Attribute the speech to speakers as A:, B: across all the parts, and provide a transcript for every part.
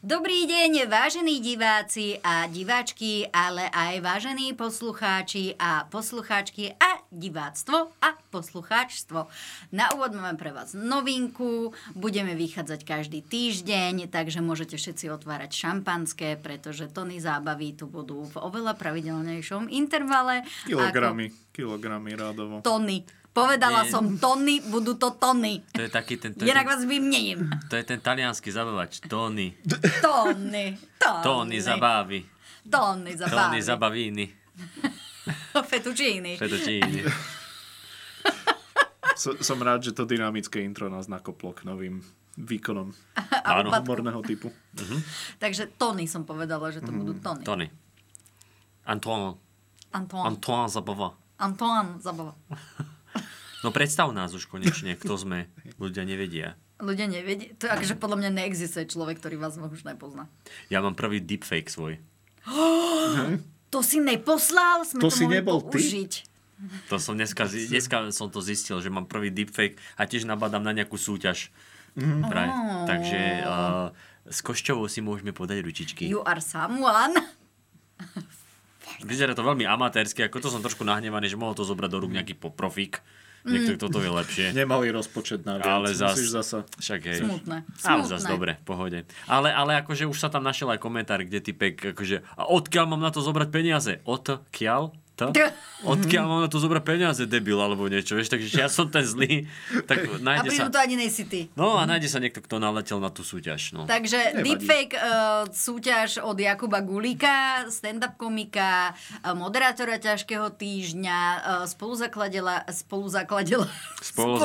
A: Dobrý deň, vážení diváci a diváčky, ale aj vážení poslucháči a poslucháčky a diváctvo a poslucháčstvo. Na úvod máme pre vás novinku, budeme vychádzať každý týždeň, takže môžete všetci otvárať šampanské, pretože tony zábavy tu budú v oveľa pravidelnejšom intervale. ako
B: Kilogramy, kilogramy rádovo.
A: Tony. Povedala
C: Nie.
A: som tony, budú to tony.
C: To je taký ten... To, je,
A: Inak vás vymením.
C: to je ten talianský zabavač. Tony.
A: Tony, tony.
C: Tony zabávy.
A: Tony zabávy.
C: Tony zabavíny.
A: Fettuccini.
C: Fettuccini.
B: So, som rád, že to dynamické intro nás nakoplo k novým výkonom
A: A
C: Áno.
A: upadku.
B: humorného typu.
A: Takže Tony som povedala,
B: Mm,
A: že to budú Tony.
C: Tony. Antoine.
A: Antoine.
C: Antoine zabava.
A: Antoine zabava.
C: No predstav nás už konečne, kto sme. Ľudia nevedia.
A: Ľudia nevedia. To je akože podľa mňa neexistuje človek, ktorý vás už nepozná.
C: Ja mám prvý deepfake svoj.
A: To si neposlal? Sme to,
B: To si
A: mohli
B: nebol ty?
A: použiť.
C: To som dneska, zi- dneska som to zistil, že mám prvý deepfake a tiež nabadám na nejakú súťaž.
A: Mhm.
C: Mm.
A: Oh.
C: Takže uh, s košťovou si môžeme podať ručičky.
A: You are someone.
C: Vyzerá to veľmi amatérsky, ako to som trošku nahnevaný, že mohol to zobrať do rúk nejaký po- profík. Niekto,
A: Mm.
C: kto to vie lepšie.
B: Nemali rozpočet na viac.
C: Ale zas,
B: Musíš zasa...
C: Však hej.
A: Smutné.
C: Ale
A: Smutné.
C: zas dobre, v pohode. Ale, ale akože už sa tam našiel aj komentár, kde typek, akože, a odkiaľ mám na to zobrať peniaze? Odkiaľ?
B: No.
C: To?
A: T.
C: Odkiaľ mám na to zobrať peniaze, debil, alebo niečo, vieš, takže ja som ten zlý, tak
A: A
C: nájde sa...
A: prídu to ani nej si ty.
C: No a nájde sa niekto, kto naletel na tú súťaž, no.
A: Takže
B: Nevadí.
A: deepfake uh, súťaž od Jakuba Gulíka, stand-up komika, eh, moderátora ťažkého týždňa, uh, spoluzakladela, spoluzakladela,
C: Spoluzakladateľa.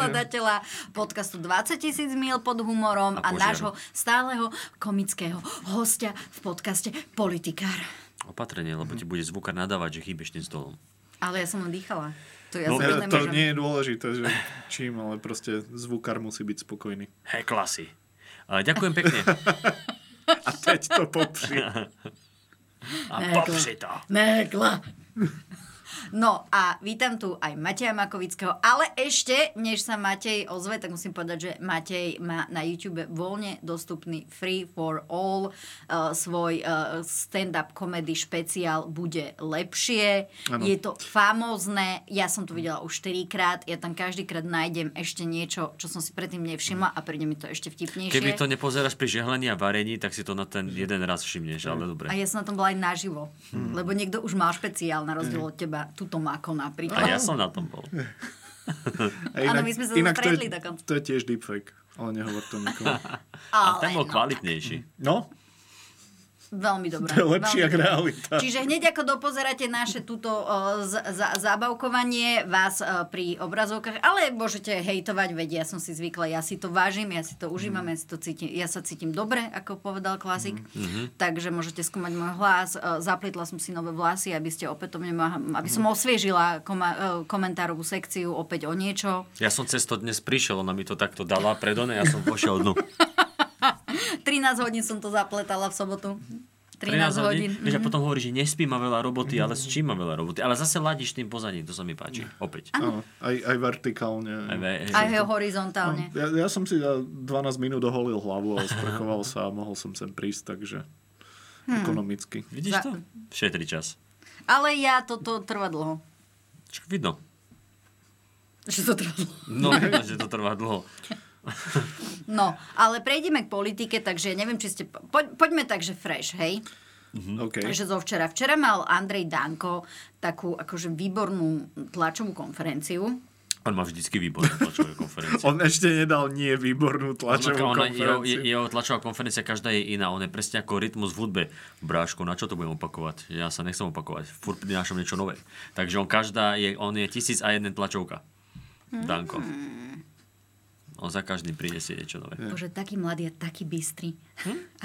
A: spoluzakladateľa podcastu 20 tisíc mil pod humorom a, a
C: A požiaru.
A: nášho stáleho komického hostia v podcaste Politikár.
C: Opatrenie, lebo
A: Mhm.
C: ti bude zvukár nadávať, že chýbeš tým stolom.
A: Ale ja som len dýchala. To ja no,
C: No,
B: Ne,
A: nemôžem.
B: to nie je dôležité, že čím, ale proste zvukár musí byť spokojný.
C: Hej, klasy. A Ďakujem pekne.
B: A teď to popri.
C: A popri to.
A: Mekla. No a vítam tu aj Mateja Makovického, ale ešte, než sa Matej ozve, tak musím povedať, že Matej má na YouTube voľne dostupný Free for All, uh, svoj uh, stand-up comedy špeciál bude lepšie,
B: Áno.
A: ano. je to famózne, ja som to videla už 4 krát, ja tam každýkrát nájdem ešte niečo, čo som si predtým nevšimla a príde mi to ešte vtipnejšie.
C: Keby to nepozeráš pri žehlení a varení, tak si to na ten jeden raz všimneš, ale dobre.
A: A ja som na tom bola aj naživo.
C: Hm.
A: Hmm. Lebo niekto už má špeciál na rozdiel od teba. Tuto Mako napríklad.
C: A ja som na tom bol.
B: A
A: Áno, my sme sa
B: to, je,
A: zapredli dokonca.
B: to je tiež deepfake, ale nehovor to nikomu.
C: A ten
A: no,
C: bol kvalitnejší.
B: No,
A: Veľmi dobré.
B: to je lepšie
A: veľmi
B: ako realita.
A: Čiže hneď ako dopozeráte naše túto o, z, za, zábavkovanie vás o, pri obrazovkách, ale môžete hejtovať, veď ja som si zvykla, ja si to vážim, ja si to užívam, ja, si to cítim, ja sa cítim dobre, ako povedal klasik, takže môžete skúmať môj hlas, o, zaplitla som si nové vlasy, aby ste opätovne, ma- aby som osviežila koma, o, komentárovú sekciu opäť o niečo.
C: Ja som cez to dnes prišiel, ona mi to takto dala predone, ja som vošiel dnu.
A: 13 hodín som to zapletala v sobotu. 13, hodín.
C: Vieš, a potom hovorí, že nespí, má veľa roboty, ale s čím má veľa roboty. Ale zase ladíš tým pozadím, to sa mi páči.
A: No.
C: Opäť.
B: Áno, aj, aj vertikálne.
C: Aj ve-
A: Aj ho- horizontálne.
B: Ja, ja som si za 12 minút oholil hlavu a osprchoval sa a mohol som sem prísť, takže
A: Hm.
B: ekonomicky.
C: Vidíš to? Šetri čas.
A: Ale ja toto trvá dlho.
C: Čo vidno?
A: Že to trvá dlho.
C: No, vidno, že to trvá dlho.
A: No, ale prejdeme k politike, takže neviem, či ste... Poď, poďme tak, že fresh, hej?
C: Mhm.
B: OK.
A: Že zo včera. Včera mal Andrej Danko takú akože výbornú tlačovú konferenciu.
C: On má vždycky výbornú tlačovú konferenciu.
B: On ešte nedal nie výbornú tlačovú
C: Ona, jeho,
B: konferenciu.
C: je- jeho tlačová konferencia každá je iná, on je presne ako rytmus v hudbe. Bráško, na čo to budem opakovať? Ja sa nechcem opakovať, furt prinášam niečo nové. Takže on každá je, on je tisíc a jeden tlačovka. Danko. On za každým prinesie niečo nové.
A: Bože, taký mladý a taký bystrý.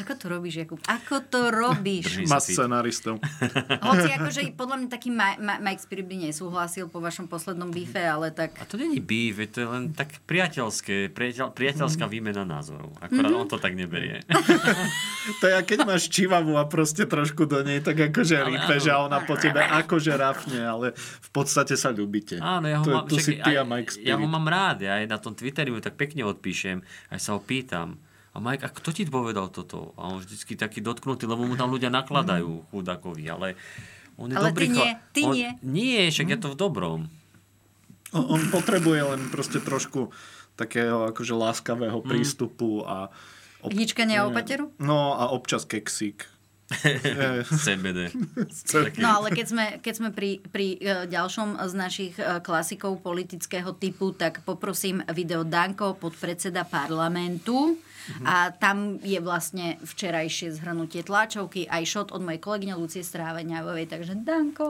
A: Ako to robíš, Jakub? Ako to robíš?
C: Drží
B: Má
C: sa fit.
B: scenaristov.
A: Hoci akože podľa mňa taký Ma- Ma- Mike Spirit by nesúhlasil po vašom poslednom bife, ale tak...
C: A to není býv, to je len tak priateľské, priateľ, priateľská výmena názorov. Akorát on to tak neberie.
B: To je, keď máš čivavu a proste trošku do nej, tak akože
C: Ale
B: rýpeš a ona po tebe akože rafne, ale v podstate sa ľubíte.
C: Áno, ja ho,
B: to,
C: mám,
B: to si ty
C: aj-
B: a Mike Spirit.
C: ja ho mám rád, ja aj na tom Twitteri mu tak pekne odpíšem, aj sa ho pýtam. A A Mike, a kto ti povedal toto? A on vždycky taký dotknutý, lebo mu tam ľudia
B: Mhm.
C: nakladajú chudákovi, ale on je
A: Ale ty
C: dobrý
A: nie,
C: chlap.
A: ty
C: on,
A: nie. Mhm.
C: Nie, však je to v dobrom.
B: On, on potrebuje len proste trošku takého akože
C: Mhm.
B: láskavého prístupu a... Ob...
A: Hničkania o pateru?
B: No a občas keksík. Eh,
C: CBD. Taký-
A: No ale keď sme, keď sme pri, pri e, ďalšom z našich e, klasikov politického typu, tak poprosím video Danko, podpredseda parlamentu.
B: Mhm.
A: A tam je vlastne včerajšie zhrnutie tlačovky, aj šot od mojej kolegyne Lucie Stráveňavovej. Takže Danko!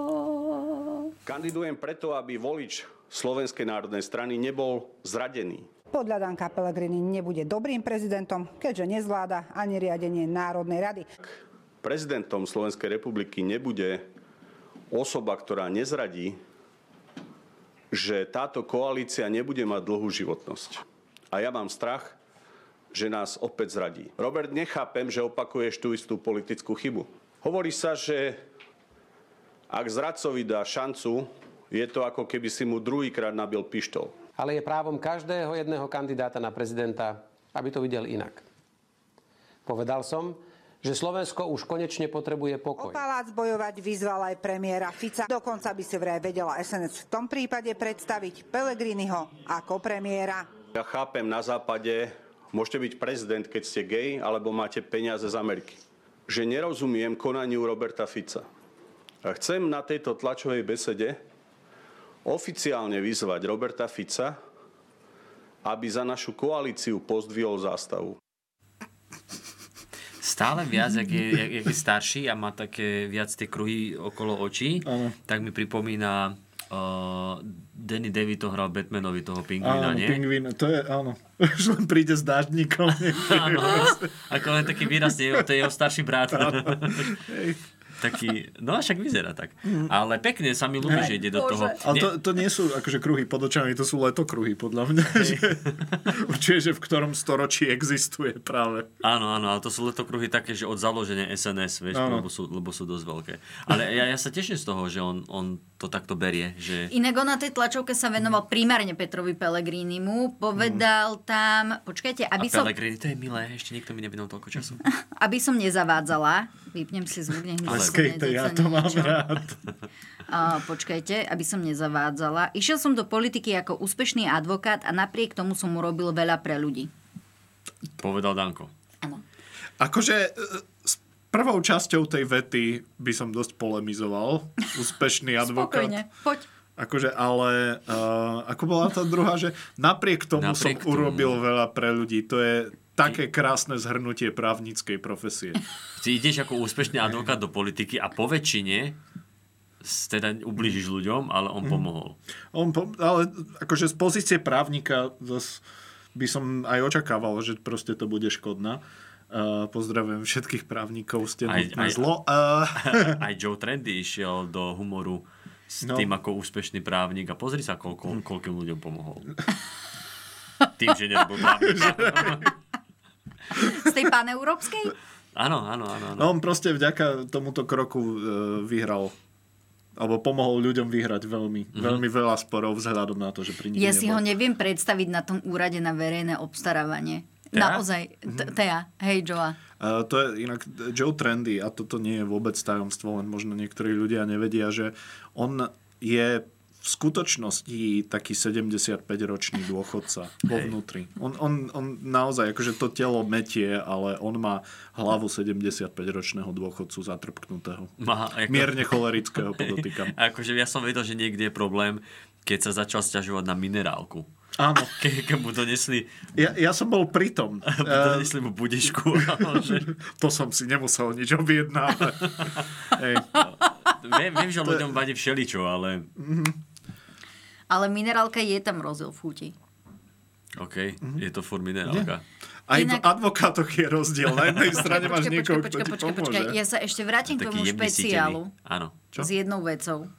D: Kandidujem preto, aby volič Slovenskej národnej strany nebol zradený.
E: Podľa Danka Pellegrini nebude dobrým prezidentom, keďže nezvláda ani riadenie Národnej rady.
D: Prezidentom Slovenskej republiky nebude osoba, ktorá nezradí, že táto koalícia nebude mať dlhú životnosť. A ja mám strach, že nás opäť zradí. Robert, nechápem, že opakuješ tú istú politickú chybu. Hovorí sa, že ak zradcovi dá šancu, je to ako keby si mu druhýkrát nabil pištol.
F: Ale je právom každého jedného kandidáta na prezidenta, aby to videl inak. Povedal som, že Slovensko už konečne potrebuje
E: O
F: pokoj.
E: palác bojovať vyzval aj premiéra Fica. Dokonca by si vraj vedela SNS v tom prípade predstaviť Pellegriniho ako premiéra.
D: Ja chápem, na západe môžete byť prezident, keď ste gej, alebo máte peniaze z Ameriky. Že nerozumiem konaniu Roberta Fica. A chcem na tejto tlačovej besede oficiálne vyzvať Roberta Fica, aby za našu koalíciu pozdvihol zástavu.
C: Stále viac, jak je, jak, jak je starší a má také viac tie kruhy okolo očí,
B: Áno.
C: tak mi pripomína uh, Danny DeVito hral Batmanovi toho pingvina,
B: Áno,
C: nie?
B: pingvín, to je, áno. Už len príde s dáždníkom.
C: Áno, ako len taký výrazne, to je jeho starší brat. taký, no a však vyzerá tak. Ale pekne sa mi ľúbi, že ide do
A: Mhm. Bože.
C: toho.
B: Ale
C: Nie,
B: to, to nie sú akože kruhy pod očami, to sú letokruhy, podľa mňa. Že, určite, že v ktorom storočí existuje práve.
C: Áno, áno, ale to sú letokruhy také, že od založenia SNS, vieš,
B: Áno.
C: lebo sú, lebo sú dosť veľké. Ale ja, ja sa teším z toho, že on, on to takto berie, že...
A: Inak on na tej tlačovke sa venoval primárne Petrovi Pellegrinimu.
B: Mm.
A: Povedal tam, počkajte,
C: A
A: aby som,
C: Pellegrini, to je milé, ešte nikto mi nevinul toľko času.
A: aby som nezavádzala, vypnem si zvuk, nech mi
C: Ale-
A: zase
B: Skejte, ja
A: nezacenie
B: to mám
A: niečo.
B: rád.
A: A, počkajte, aby som nezavádzala. Išiel som do politiky ako úspešný advokát a napriek tomu som urobil veľa pre ľudí.
C: Povedal Danko.
A: Áno.
B: Akože e, s prvou časťou tej vety by som dosť polemizoval. Úspešný advokát.
A: Spokojne, poď.
B: Akože, ale uh, ako bola tá druhá, že napriek tomu napriek som
C: Napriek tomu.
B: urobil veľa pre ľudí. To je také krásne zhrnutie právnickej profesie.
C: Ty ideš ako úspešný advokát do politiky a po väčšine s- teda ublížiš ľuďom, ale
B: Mhm.
C: on pomohol.
B: On po, ale akože z pozície právnika zas by som aj očakával, že proste to bude škodná. Uh, pozdravujem všetkých právnikov, ste
C: Aj-
B: nutné
C: aj-
B: zlo. Uh,
C: Aj Joe Trendy išiel do humoru s
B: No. Hm.
C: no. tým ako úspešný právnik a pozri sa, koľko, koľkým ľuďom pomohol. Tým, že nebol právnik.
A: Z tej paneurópskej?
C: Áno, áno, áno. áno.
B: no on proste vďaka tomuto kroku uh, vyhral alebo pomohol ľuďom vyhrať veľmi,
C: Mhm.
B: mm-hmm. veľmi veľa sporov vzhľadom na to, že pri nich
A: Ja si ho
B: nebol.
A: neviem predstaviť na tom úrade na verejné obstarávanie.
C: Tea?
A: Naozaj.
B: Mhm.
A: T- Tea. Hej, Joa.
B: Uh, to je inak Joe Trendy a toto nie je vôbec tajomstvo, len možno niektorí ľudia nevedia, že on je v skutočnosti taký 75-ročný dôchodca vo vnútri. On, on, on naozaj, akože to telo metie, ale on má hlavu 75-ročného dôchodcu zatrpknutého.
C: Má ako-
B: Mierne cholerického podotýkam.
C: Akože ja som vedel, že niekde je problém, keď sa začal sťažovať na minerálku.
B: Áno,
C: Ke, keď mu donesli,
B: ja, ja som bol pritom.
C: mu donesli mu budišku. a on, že,
B: To som si nemusel nič objednávať. Hej.
C: viem, viem, že ľuďom vadí všeličo, ale
A: Ale minerálka je tam rozdiel v chuti.
C: OK,
B: Mhm.
C: je to furt minerálka.
B: Aj
A: Inak-
B: v advokátoch je rozdiel. Na jednej strane máš niekoho, kto ti pomôže.
A: Ja sa ešte vrátim k tomu
C: jemný
A: špeciálu.
C: sítený. Áno.
B: Čo?
A: S jednou vecou.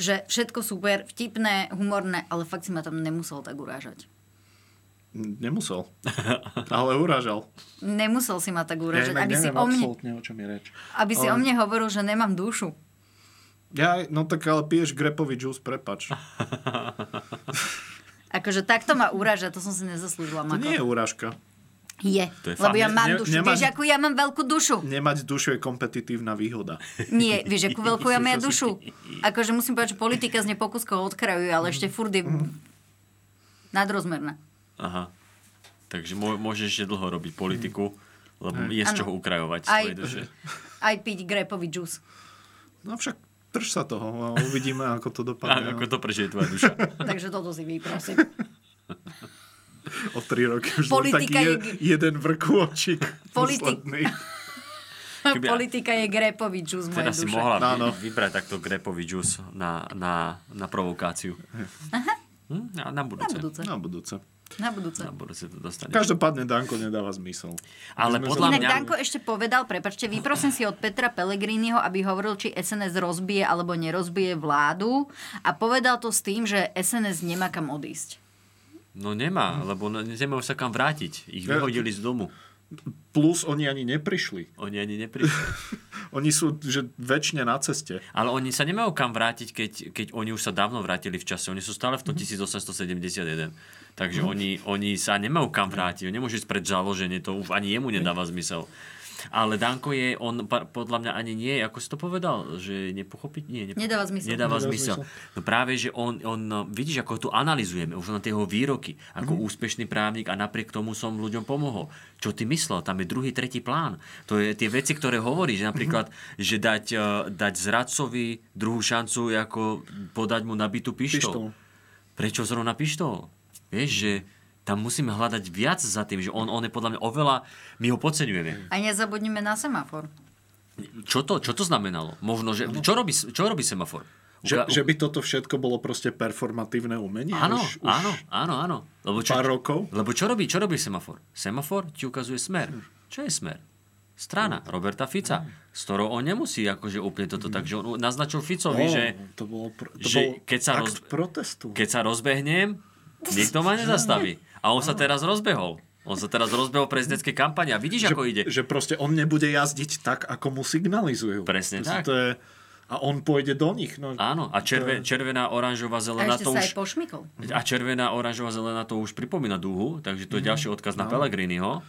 A: Že všetko super, vtipné, humorné, ale fakt si ma tam nemusel tak urážať.
B: Nemusel. Ale uražal.
A: Nemusel si ma tak
B: Ja
A: urážať,
B: inak
A: aby si
B: neviem
A: o mne
B: absolútne, o čom je reč.
A: Aby si o
B: Ale-
A: mne hovoril, že nemám dušu.
B: Ja, no tak ale piješ grepový džús, prepač.
A: Ah, Akože takto ma uráža, to som si nezaslúžila.
B: To
A: Mako.
B: nie je úražka.
A: Je,
C: To je
A: lebo
C: fakt.
A: ja mám
B: Ne-
A: dušu.
B: nemám-
A: Vieš, akú ja mám veľkú dušu.
B: Nemať dušu je kompetitívna výhoda.
A: Nie, vieš, akú veľkú ja mám ja dušu. Akože musím povedať, že politika z nepokuskov odkrajuje, ale ešte furt je nadrozmerná.
C: Aha. Takže mô- môžeš ešte dlho robiť politiku, lebo je z
A: Áno.
C: čoho ukrajovať
A: Aj.
C: svoje duše.
A: Aj piť grepový džús.
B: No však drž sa toho a uvidíme, ako to
C: A
B: dopadne. no.
C: ako to prežije tvoja duša.
A: Takže toto si vyprosím.
B: O tri roky už
A: Politika
B: Politika
A: je
B: taký je...
A: g-
B: jeden vrkôčik
A: Politik-
B: posledný.
C: Keby ja-
A: Politika je grepový džús mojej
C: Teda si
A: duše.
C: mohla
B: Áno.
C: vy- vybrať takto grepový džus na, na, na provokáciu. Hm? A na
A: Na
C: budúce.
A: budúce.
B: Na No, budúce.
A: Na budúce.
C: Na budúce to dostaneš.
B: Každopádne Danko nedáva zmysel.
C: Ale
B: My sme
C: podľa
A: Inak
C: mňa...
A: Danko ešte povedal, prepačte, vyprosím si od Petra Pellegriniho, aby hovoril, či SNS rozbije alebo nerozbije vládu a povedal to s tým, že SNS nemá kam odísť.
C: No nemá, lebo ne- nemajú sa kam vrátiť. Ich
B: Ja-
C: vyhodili z domu.
B: Plus oni ani neprišli.
C: Oni ani neprišli.
B: Oni sú že väčšine na ceste.
C: Ale oni sa nemajú kam vrátiť, keď, keď oni už sa dávno vrátili v čase. Oni sú stále v
A: Mhm.
C: tom 1871. Takže oni, oni sa nemajú kam vrátiť. On nemôže ísť pred založenie, to už ani jemu nedáva zmysel. Ale Danko je, on pa- podľa mňa ani nie, ako si to povedal, že nepochopiť, nie, nepochopiť.
A: Nedáva zmysel.
C: Nedáva
B: Nedáva
C: zmysel. No práve, že on, on, no, vidíš, ako tu analizujeme, už na tie jeho výroky, ako
B: Mhm.
C: úspešný právnik a napriek tomu som ľuďom pomohol. Čo ty myslel? Tam je druhý, tretí plán. To je tie veci, ktoré hovorí, že napríklad,
B: Mhm.
C: že dať, eh, dať zradcovi druhú šancu, je ako podať mu nabitú pištol.
B: Pištol.
C: Prečo zrovna pištol? Vieš, že tam musíme hľadať viac za tým, že on, on je podľa mňa oveľa, my ho podceňujeme.
A: A nezabudnime na semafor.
B: Mhm.
C: Čo to, čo to znamenalo? Možno, že, čo, robí, čo robí semafor?
B: Že,
C: Uka-
B: že by toto všetko bolo proste performatívne umenie?
C: Áno,
B: už, už
C: áno, áno, áno. Lebo čo,
B: Pár rokov?
C: Lebo čo robí, čo robí semafor? Semafor ti ukazuje smer. Čo je smer? Strana
B: No.
C: Roberta Fica, s ktorou on nemusí akože úplne
B: Mm.
C: toto, takže on naznačil Ficovi,
B: Ó,
C: že
B: to bolo, pr- to
C: že
B: bol
C: keď sa
B: akt
C: roz-
B: protestu.
C: keď sa rozbehnem, nikto ma nezastaví. A on sa teraz rozbehol. On sa teraz rozbehol v prezidentskej kampani a vidíš,
B: že,
C: ako ide.
B: že proste on nebude jazdiť tak, ako mu signalizujú.
C: Presne
B: to,
C: tak.
B: To je, a on pôjde do nich. No,
C: Áno, a červe, červená,
A: A
C: oranžová, zelená,
A: ešte
C: to
A: sa aj
C: už...
A: pošmykol.
C: A červená, oranžová, zelená to už pripomína dúhu, takže to je ďalší odkaz na Pellegriniho.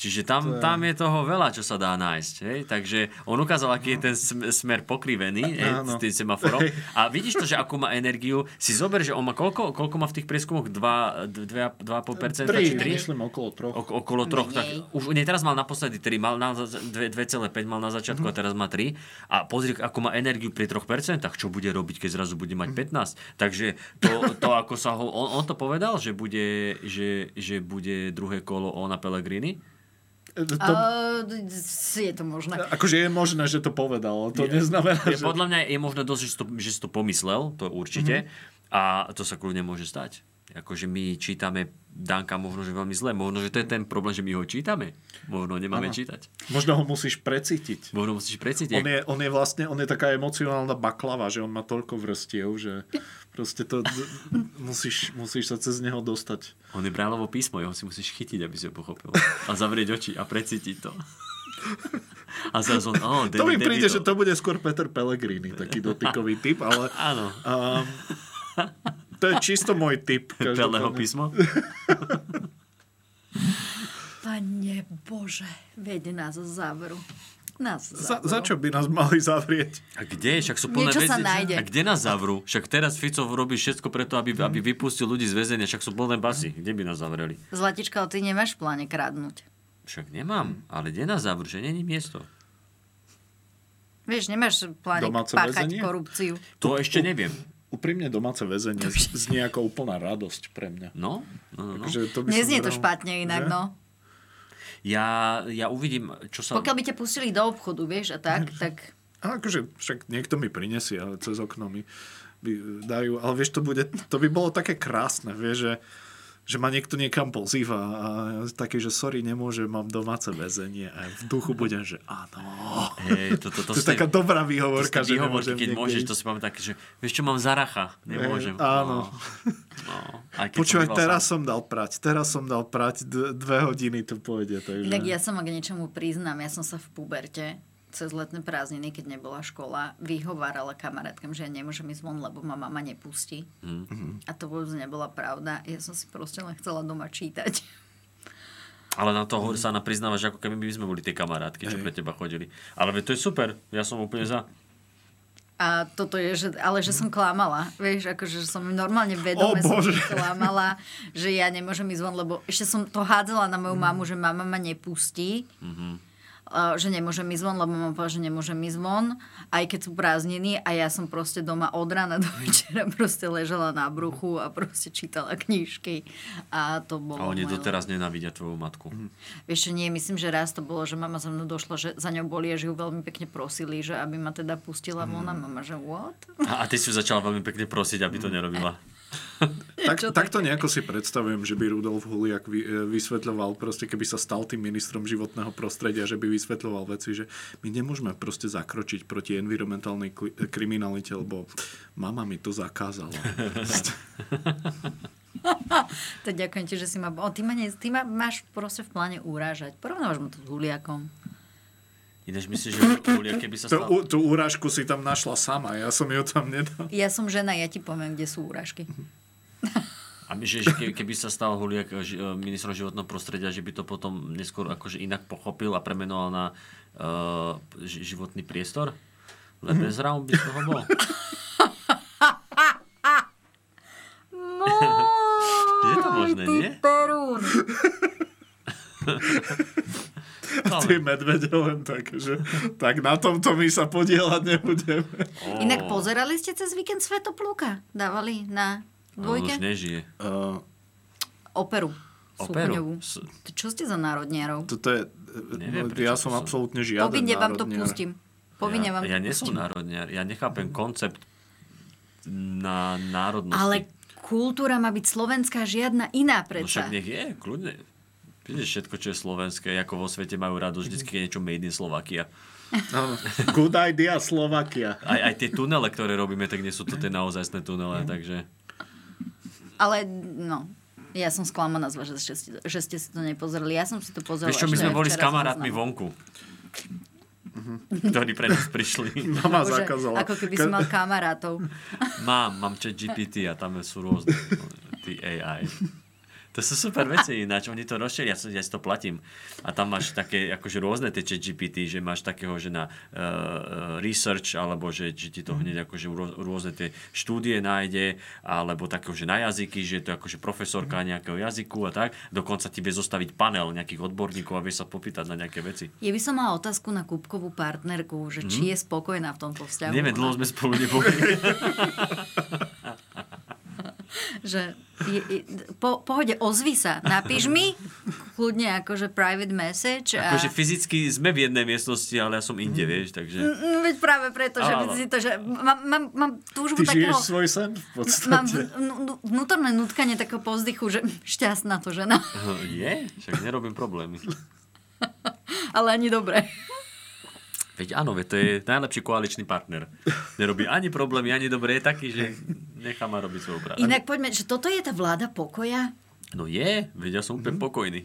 C: Čiže tam, je... tam je toho veľa, čo sa dá nájsť. Hej? Takže on ukázal, aký je ten sm- smer pokrivený hej,
B: Áno.
C: s tým semaforom. A vidíš to, že ako má energiu. Si zober, že on má koľko, koľko má v tých prieskumoch? 2,5% či
B: tri,
C: 3?
B: myslím okolo troch.
C: Ok- okolo troch. Tak,
A: Menej.
C: už nie, teraz mal naposledy 3, mal na, za- dve- 2,5 mal na začiatku a teraz má 3. A pozri, ako má energiu pri 3%, čo bude robiť, keď zrazu bude mať 15. Takže to, to ako sa ho, on, on to povedal, že bude, že, že bude druhé kolo ona Pellegrini.
B: E, To,
A: Uh, je to možné.
B: akože je možné, že to povedal, ale to neznamená,
C: Je,
B: že...
C: podľa mňa je možno dosť, že si to, že si to pomyslel, to určite. A to sa kľudne môže stať. Akože my čítame Danka možno, že veľmi zle. Možno, že to je ten problém, že my ho čítame. Možno nemáme čítať.
B: Možno ho musíš precítiť.
C: Možno musíš precítiť.
B: On je, on je vlastne, on je taká emocionálna baklava, že on má toľko vrstiev, že proste to musíš, musíš sa cez neho dostať.
C: On je brálovo písmo, jeho si musíš chytiť, aby si ho pochopil. A zavrieť oči a precítiť to. A zrazu on, oh, Danny
B: To mi príde, že
C: DeVito.
B: to bude skôr Peter Pellegrini, taký dotykový typ, ale
C: Áno,
B: um, to je čisto môj typ.
C: Peleho písmo.
A: Pane Bože, veď nás záveru. Nás záveru.
B: Za, za čo by nás mali zavrieť?
C: A kde? Však sú plné
A: Niečo sa
C: väznice.
A: nájde.
C: A kde nás zavrú? Však teraz Fico robí všetko preto, aby, aby vypustil ľudí z väzenia. Však sú plné basy. Kde by nás zavreli?
A: Zlatička, ale ty nemáš v pláne kradnúť.
C: Však nemám. Ale kde nás zavrú? Že není miesto.
A: Vieš, nemáš v pláne
B: Domáce
A: páchať
B: väzenie?
A: korupciu.
C: To ešte neviem.
B: Úprimne domáce väzenie z- znie ako úplná radosť pre mňa.
C: No, no, no. no.
B: Takže to by som
A: Neznie to
B: bral,
A: špatne inak,
B: že?
A: no.
C: Ja, ja uvidím, čo sa...
A: Pokiaľ by ťa pustili do obchodu, vieš, a tak, tak...
B: A akože však niekto mi prinesie, ale cez okno mi by- dajú. Ale vieš, to, bude, to by bolo také krásne, vieš, že, že ma niekto niekam pozýva a ja taký, že sorry, nemôžem, mám domáce väzenie a v duchu budem, že áno.
C: Hej, to, to, to,
B: To, je
C: ste-
B: taká dobrá
C: to
B: výhovorka,
C: ste
B: že
C: výhovorky,
B: nemôžem
C: keď
B: niekde
C: môžeš,
B: ísť.
C: to si pamätám, že vieš čo, mám zaracha, nemôžem.
B: Eh, áno.
C: No, aj keď som
B: Počúvaj,
C: býval
B: teraz
C: sám.
B: som dal prať, teraz som dal prať, d- dve hodiny to pôjde. Takže...
A: Inak ja sa ma k niečomu priznám, ja som sa v puberte cez letné prázdniny, keď nebola škola, vyhovárala kamarátkam, že ja nemôžem ísť von, lebo ma mama nepustí. A to vôbec nebola pravda. Ja som si proste len chcela doma čítať.
C: A Ale na to sa na priznávaš, ako keby by sme boli tie kamarátky, čo
B: Hej.
C: pre teba chodili. Ale veď to je super, ja som úplne za.
A: A toto je, že, ale že som klamala. Vieš, akože že som normálne vedome
B: Ó,
A: som
B: Bože.
A: klamala, že ja nemôžem ísť von, lebo ešte som to hádzala na
C: Mm.
A: moju mamu, že mama ma nepustí.
C: Mhm.
A: Uh, že nemôžem ísť von, lebo mama povedala, že nemôžem ísť von, aj keď sú prázdniny a ja som proste doma od rána do večera proste ležala na bruchu a proste čítala knižky a to bolo
C: A oni
A: moje
C: doteraz nenávidia tvoju matku.
B: Mhm.
A: Vieš čo, nie, myslím, že raz to bolo, že mama za mnou došla, že za ňou boli a že ju veľmi pekne prosili, že aby ma teda pustila
C: Mm.
A: von a mama, že what?
C: A, a ty si ju začala veľmi pekne prosiť, aby to nerobila.
A: Čo
B: Tak, takto nejako si predstavujem, že by Rudolf Huliak vy- e, vysvetľoval, proste keby sa stal tým ministrom životného prostredia, že by vysvetľoval veci, že my nemôžeme proste zakročiť proti environmentálnej kli- e, kriminalite, lebo mama mi to zakázala.
A: Tak ďakujem ti, že si ma... O, ty ma, ne, ty ma máš proste v pláne urážať. Porovnávaš ma to s Huliakom.
C: Ináč myslíš, že Julia, keby sa
B: tú,
C: stala...
B: u- tú úražku si tam našla sama, ja som ju tam nedal.
A: Ja som žena, ja ti poviem, kde sú úražky.
C: A my- že, že ke- keby sa stal Huliak e, ži- e, ministrom životného prostredia, že by to potom neskôr akože inak pochopil a premenoval na uh, životný priestor? Len bez rám by z toho bol. Je to možné,
A: ty
C: nie?
A: Perún.
B: A tie medvede len tak, že tak na tomto my sa podielať nebudeme.
A: Inak pozerali ste cez víkend Svetoplúka? Dávali na
C: On No, už
A: dvojke?
C: nežije.
B: Uh,
A: Operu.
C: Operu?
A: Súchňovú.
C: S-
A: Ty Čo ste za národniarov?
B: toto je,
C: Neviem,
B: Neviem,
C: prečo
B: ja
C: to
B: som
C: som-
B: absolútne žiaden
A: Povinne vám to
B: národniar.
A: pustím. Povinne
C: ja,
A: vám to
C: ja nie som
A: pustím.
C: národniar. Ja nechápem koncept na národnosti.
A: Ale kultúra má byť slovenská, žiadna iná
C: no
A: predsa.
C: však nech je, kľudne. Vidíš všetko, čo je slovenské, ako vo svete majú rado vždycky keď je niečo made in Slovakia.
B: Áno. No, Good idea Slovakia.
C: Aj, aj tie tunele, ktoré robíme, tak nie sú to tie naozajstné tunele, takže...
A: Ale no, ja som sklamaná z vás, že ste, že ste si to nepozreli. Ja som si to pozrela.
C: Vieš čo, my
A: ešte
C: sme
A: aj
C: boli s
A: včera
C: kamarátmi
A: som
C: vonku. Ktorí pre nás prišli.
B: Mama
A: Bože,
B: zakázala.
A: Ako keby
B: Ka-
A: si mal kamarátov.
C: Mám, mám chat GPT a tam sú rôzne no, tí AI. To sú super veci ináč, oni to rozšíria, ja, si- ja si to platím. A tam máš také, akože rôzne tie chat GPT, že máš takého, že na uh, research, alebo že, že ti to hneď akože rô- rôzne tie štúdie nájde, alebo takého, že na jazyky, že je to akože profesorka nejakého jazyku a tak. Dokonca ti vie zostaviť panel nejakých odborníkov a vie sa popýtať na nejaké veci.
A: Ja by som mala otázku na kúbkovú partnerku, že
B: Mhm.
A: či je spokojná v tomto vzťahu.
C: Neviem, dlho sme spolu neboli.
A: Že je, je, po, pohode, ozvi sa. Napíš mi kľudne akože private message. A...
C: Akože fyzicky sme v jednej miestnosti, ale ja som inde, vieš, takže...
A: Mm, Veď práve preto, že,
C: Áno.
A: si to, že mám, mám, mám túžbu
B: Ty žiješ
A: takého...
B: svoj sen v podstate.
A: Mám vn- vn- vnútorné nutkanie takého povzdychu, že šťastná to žena,
C: Je, však nerobím problémy.
A: ale ani dobre.
C: Veď áno, veď to je najlepší koaličný partner. Nerobí ani problémy, ani dobre. Je taký, že nechá ma robiť svoju prácu.
A: Inak poďme, že toto je tá vláda pokoja?
C: No je, veď ja
A: Mhm.
C: som úplne pokojný.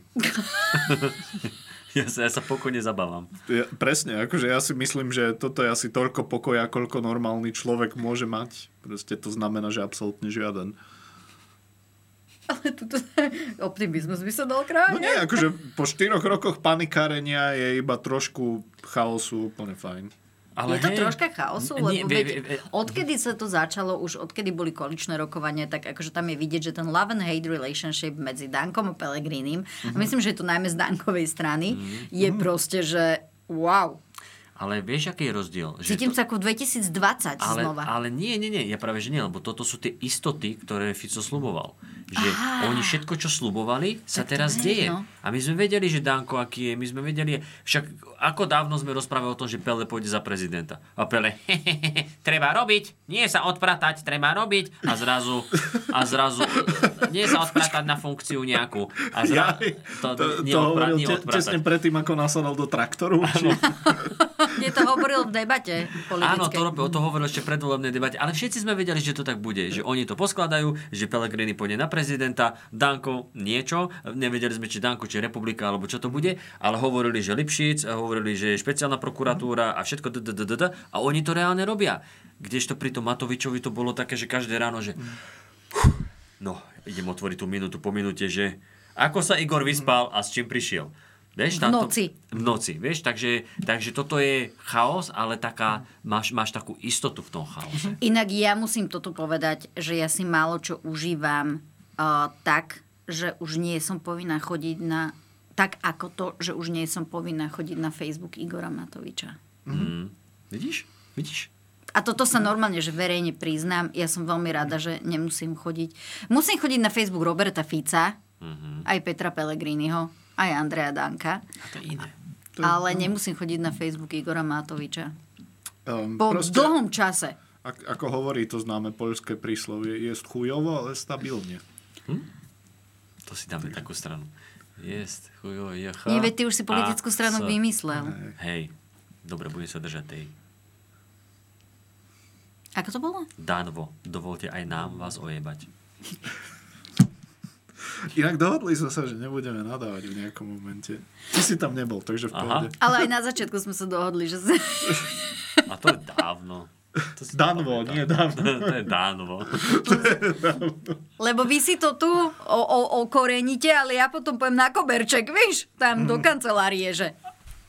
C: ja, sa, ja sa pokojne zabávam.
B: Ja, presne, akože ja si myslím, že toto je asi toľko pokoja, koľko normálny človek môže mať. Proste to znamená, že absolútne žiaden.
A: Ale tuto optimizmus by sa dal
B: No nie,
A: kráľať.
B: akože po štyroch rokoch panikárenia je iba trošku chaosu úplne fajn.
A: Ale
C: Ale
A: je to
C: hej,
A: troška chaosu, lebo
C: nie, vie-
A: veď,
C: vie- vie-
A: odkedy sa to začalo, už odkedy boli koaličné rokovania, tak akože tam je vidieť, že ten love and hate relationship medzi Dankom a Pelegrinim, a
C: Mhm.
A: myslím, že je to najmä z Dankovej strany, je proste, že wow,
C: ale vieš, aký je rozdiel? Že
A: cítim
C: to-
A: sa ako v 2020
C: ale,
A: znova.
C: ale nie, nie, nie, ja práve že nie, lebo toto sú tie istoty, ktoré Fico sluboval. Že
A: Aha.
C: oni všetko, čo slubovali, sa
A: Tak to
C: teraz
A: hej,
C: deje.
A: no.
C: A my sme vedeli, že Danko aký je, my sme vedeli, však ako dávno sme rozprávali o tom, že Pele pôjde za prezidenta. A Pele, treba robiť, nie sa odpratať, treba robiť. A zrazu, a zrazu, nie sa odpratať na funkciu nejakú. A zra, to, to, nie, odpra,
B: hovoril
C: nie
B: te- tesne
C: odpratať.
B: predtým, ako nasadal do traktoru. Či...
A: Mne to hovoril v debate politickej.
C: Áno, to, robil, to hovoril ešte v predvolebnej debate, ale všetci sme vedeli, že to tak bude, že oni to poskladajú, že Pellegrini pôjde na prezidenta, Danko niečo, nevedeli sme, či Danko, či republika, alebo čo to bude, ale hovorili, že Lipšic, hovorili, že je špeciálna prokuratúra a všetko d, d, d, d, d, a oni to reálne robia. Kdežto pri tom Matovičovi to bolo také, že každé ráno, že no, idem otvoriť tú minútu po minúte, že Ako sa Igor vyspal a s čím prišiel? Vieš,
A: Mhm. V noci.
C: V noci, vieš, takže, takže toto je chaos, ale taká, máš, máš takú istotu v tom chaose.
A: Inak ja musím toto povedať, že ja si málo čo užívam uh, tak, že už nie som povinná chodiť na tak ako to, že už nie som povinná chodiť na Facebook Igora Matoviča.
C: Mhm. Vidíš? Vidíš?
A: A toto sa normálne, že verejne priznám. Ja som veľmi rada, že nemusím chodiť. Musím chodiť na Facebook Roberta Fica, aj Petra Pellegriniho, aj Andreja Danka,
C: A to je iné.
A: ale nemusím chodiť na Facebook Igora Matoviča.
B: Um,
A: Po dlhom čase.
B: ak, ako hovorí to známe poľské príslovie, je chujovo, ale stabilne.
C: To si dáme takú stranu. Jest, chujo, jaha.
A: Nie, veď ty už si politickú
C: a
A: stranu
C: s-
A: vymyslel.
C: Hej, dobre, budem sa držať tej.
A: Ako to bolo?
C: Danvo, dovolte aj
A: Mhm.
C: nám vás ojebať.
B: Inak dohodli sme sa, že nebudeme nadávať v nejakom momente. Ty si tam nebol, takže v
C: Aha.
B: pohode.
A: Ale aj na začiatku sme sa dohodli, že sa...
C: A to je dávno. To si
B: Danvo,
C: nepamätám.
B: nie dávno.
C: to je Danvo.
A: Lebo vy si to tu o, o, okoreníte, ale ja potom poviem na koberček, vieš, tam
C: Mhm.
A: do kancelárie, že...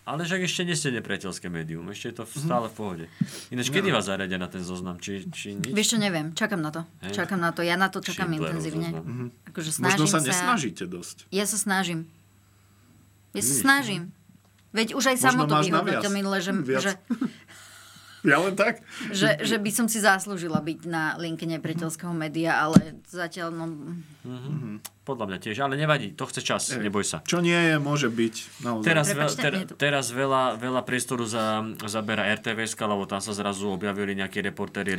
C: Ale však ešte nie ste nepriateľské médium, ešte je
B: Mhm.
C: to v- stále v pohode.
B: No,
C: Ináč, kedy vás zaradia na ten zoznam? Či, či nič?
A: Vieš čo, neviem, čakám na to.
C: Hej.
A: Čakám na to, ja na to čakám
C: Schindlerov
A: intenzívne.
C: zoznam.
A: Akože snažím
B: Mhm. Možno sa nesnažíte dosť.
A: Ja sa snažím. Ja sa
B: Vidíš,
C: no.
A: snažím. Veď už aj
B: Možno
A: samo to
B: máš naviac.
A: vyhodnotil minule, že,
B: Viac.
A: že,
B: Ja len tak?
A: že, že by som si zaslúžila byť na linke nepriateľského média, ale zatiaľ no,
C: Podľa mňa tiež, ale nevadí, to chce čas, neboj sa.
B: Čo nie je, môže byť. Naozaj.
C: Teraz, veľa,
A: Prepačte,
C: ter,
A: nie je tu.
C: teraz veľa, veľa priestoru za, zabera RTVS, lebo tam sa zrazu objavili nejakí reportéri,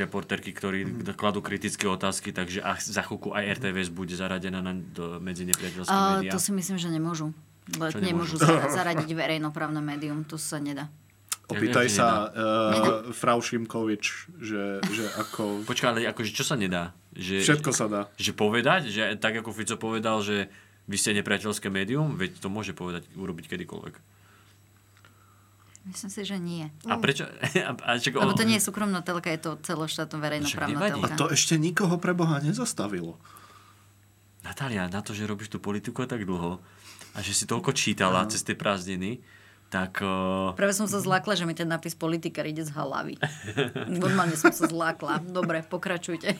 B: Mhm.
C: reportérky, ktorí mm. kladú kritické otázky, takže ach, za chvíľku aj RTVS bude zaradená na, do, medzi nepriateľské
A: a,
C: médiá.
A: to si myslím, že nemôžu. Le,
C: Čo
A: nemôžu
C: nemôžu?
A: sa zaradiť verejnoprávne médium, to sa nedá.
B: Opýtaj
C: Ja- ja
B: sa uh, Frau Šimkovič, že, že ako...
C: Počkaj, ale akože čo sa nedá? Že,
B: Všetko sa dá.
C: Že povedať, že tak ako Fico povedal, že vy ste nepriateľské médium, veď to môže povedať, urobiť kedykoľvek.
A: Myslím si, že nie.
C: A prečo? A, a čak,
A: Mm. Lebo to nie je súkromná telka, je to celoštátna verejnoprávna
C: nevadí.
A: telka.
B: To ešte nikoho pre Boha nezastavilo.
C: Natália, na to, že robíš tú politiku tak dlho a že si toľko čítala
A: Mm.
C: cez tie prázdniny, tak... Uh,
A: Práve som sa zlákla, že mi ten nápis politikár ide z hlavy. Normálne som sa zlákla. Dobre, pokračujte.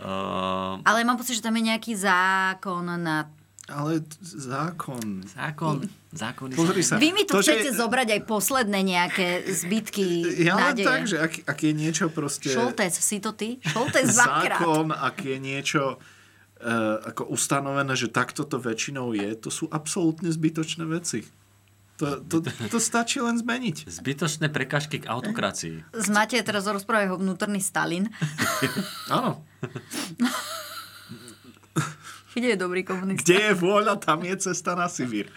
C: uh,
A: Ale mám pocit, že tam je nejaký zákon na...
B: Ale t- zákon...
C: zákon, zákony...
B: Pozri sa.
A: Vy mi tu
B: To, že-
A: chcete zobrať aj posledné nejaké zbytky
B: Ja len
A: nádeje.
B: tak, že ak, ak je niečo proste...
A: Šoltec, si to ty? Šoltec dvakrát.
B: zákon, ak je niečo e, ako ustanovené, že takto to väčšinou je, to sú absolútne zbytočné veci. To, to, to stačí len zmeniť.
C: Zbytočné prekažky k autokracii.
A: Z Mateja teraz rozpráva jeho vnútorný Stalin.
B: Áno.
A: Kde je dobrý komunista?
B: Kde je vôľa, tam je cesta na Sibír.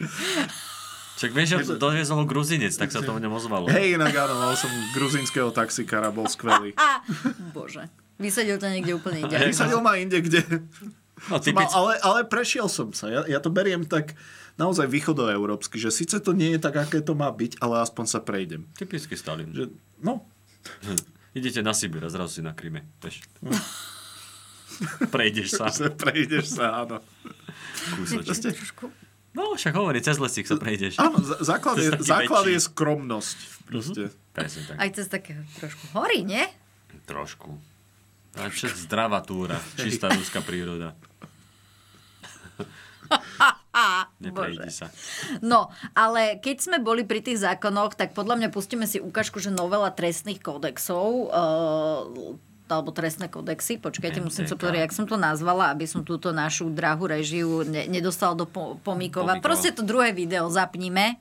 C: Čak vieš, že doviezol ho gruzinec, tak sa to v ňom ozvalo.
B: Hej, inak áno, mal som gruzinského taxikára, bol skvelý.
A: Á, bože. Vysadil to niekde úplne ide.
B: Vysadil ma inde, kde
C: No,
B: Som mal,
C: typicky.
B: ale, ale prešiel som sa. Ja, ja to beriem tak naozaj východoeurópsky, že síce to nie je tak, aké to má byť, ale aspoň sa prejdem.
C: Typicky Stalin.
B: Že, no,
C: Idete na Sibir a zrazu si na Kryme. Vieš. Prejdeš sa.
B: že prejdeš sa, áno.
C: Kúsoček.
B: Proste,
C: No však hovorí, cez lesík sa prejdeš.
B: áno, zá- základ, je,
C: To je taký
B: základ
C: väčší.
B: je skromnosť. Proste.
C: Presne tak.
A: Aj cez také trošku hory, nie?
C: Trošku. A čo zdravá túra, čistá ruská príroda.
A: Á,
C: Neprejdi
A: bože.
C: sa.
A: No, ale keď sme boli pri tých zákonoch, tak podľa mňa pustíme si ukážku, že novela trestných kódexov, eh, alebo trestné kódexy, počkajte, musím sa
C: MTK.
A: pozrieť, jak som to nazvala, aby som túto našu drahú režiu ne- nedostala do po- pomíkova.
C: Pomíkova.
A: Proste to druhé video zapnime.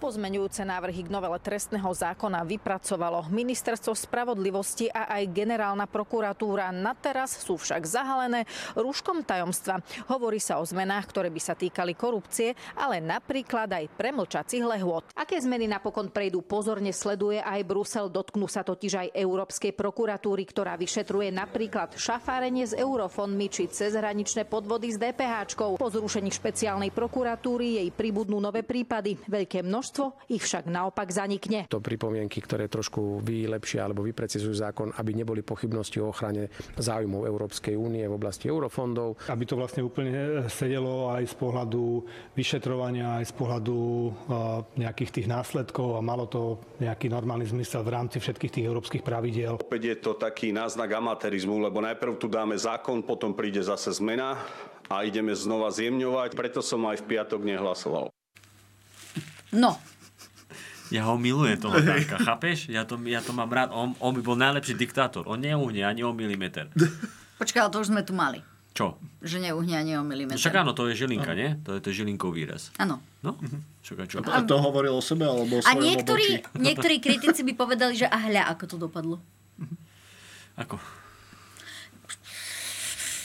G: Pozmeňujúce návrhy k novele trestného zákona vypracovalo Ministerstvo spravodlivosti a aj generálna prokuratúra. Na teraz sú však zahalené rúškom tajomstva. Hovorí sa o zmenách, ktoré by sa týkali korupcie, ale napríklad aj premlčacích lehôd.
H: Aké zmeny napokon prejdú, pozorne sleduje aj Brusel. Dotknú sa totiž aj Európskej prokuratúry, ktorá vyšetruje napríklad šafárenie s eurofondmi či cezhraničné podvody s DPH. Po zrušení špeciálnej prokuratúry jej pribudnú nové prípady. Veľké množstvo
G: množstvo ich však naopak zanikne.
F: To pripomienky, ktoré trošku vylepšia alebo vyprecizujú zákon, aby neboli pochybnosti o ochrane záujmov Európskej únie v oblasti eurofondov.
I: Aby to vlastne úplne sedelo aj z pohľadu vyšetrovania, aj z pohľadu eh, nejakých tých následkov a malo to nejaký normálny zmysel v rámci všetkých tých európskych pravidiel.
D: Opäť je to taký náznak amatérizmu, lebo najprv tu dáme zákon, potom príde zase zmena a ideme znova zjemňovať. Preto som aj v piatok nehlasoval.
A: No,
C: Ja ho milujem toho Danka, chápeš? Ja to, ja to mám rád. On, on by bol najlepší diktátor. On neuhne ani o milimeter.
A: počkaj, ale to už sme tu mali.
C: Čo? No
A: Že neuhne ani o milimeter.
C: Však áno, to je žilinka, nie? To je, to je žilinkov výraz.
A: Áno.
C: No, však a čo?
B: A to hovoril o sebe alebo o
A: A
B: svojom
A: niektorí,
B: obočí?
A: niektorí kritici by povedali, že a hľa, ako to dopadlo.
C: Ako?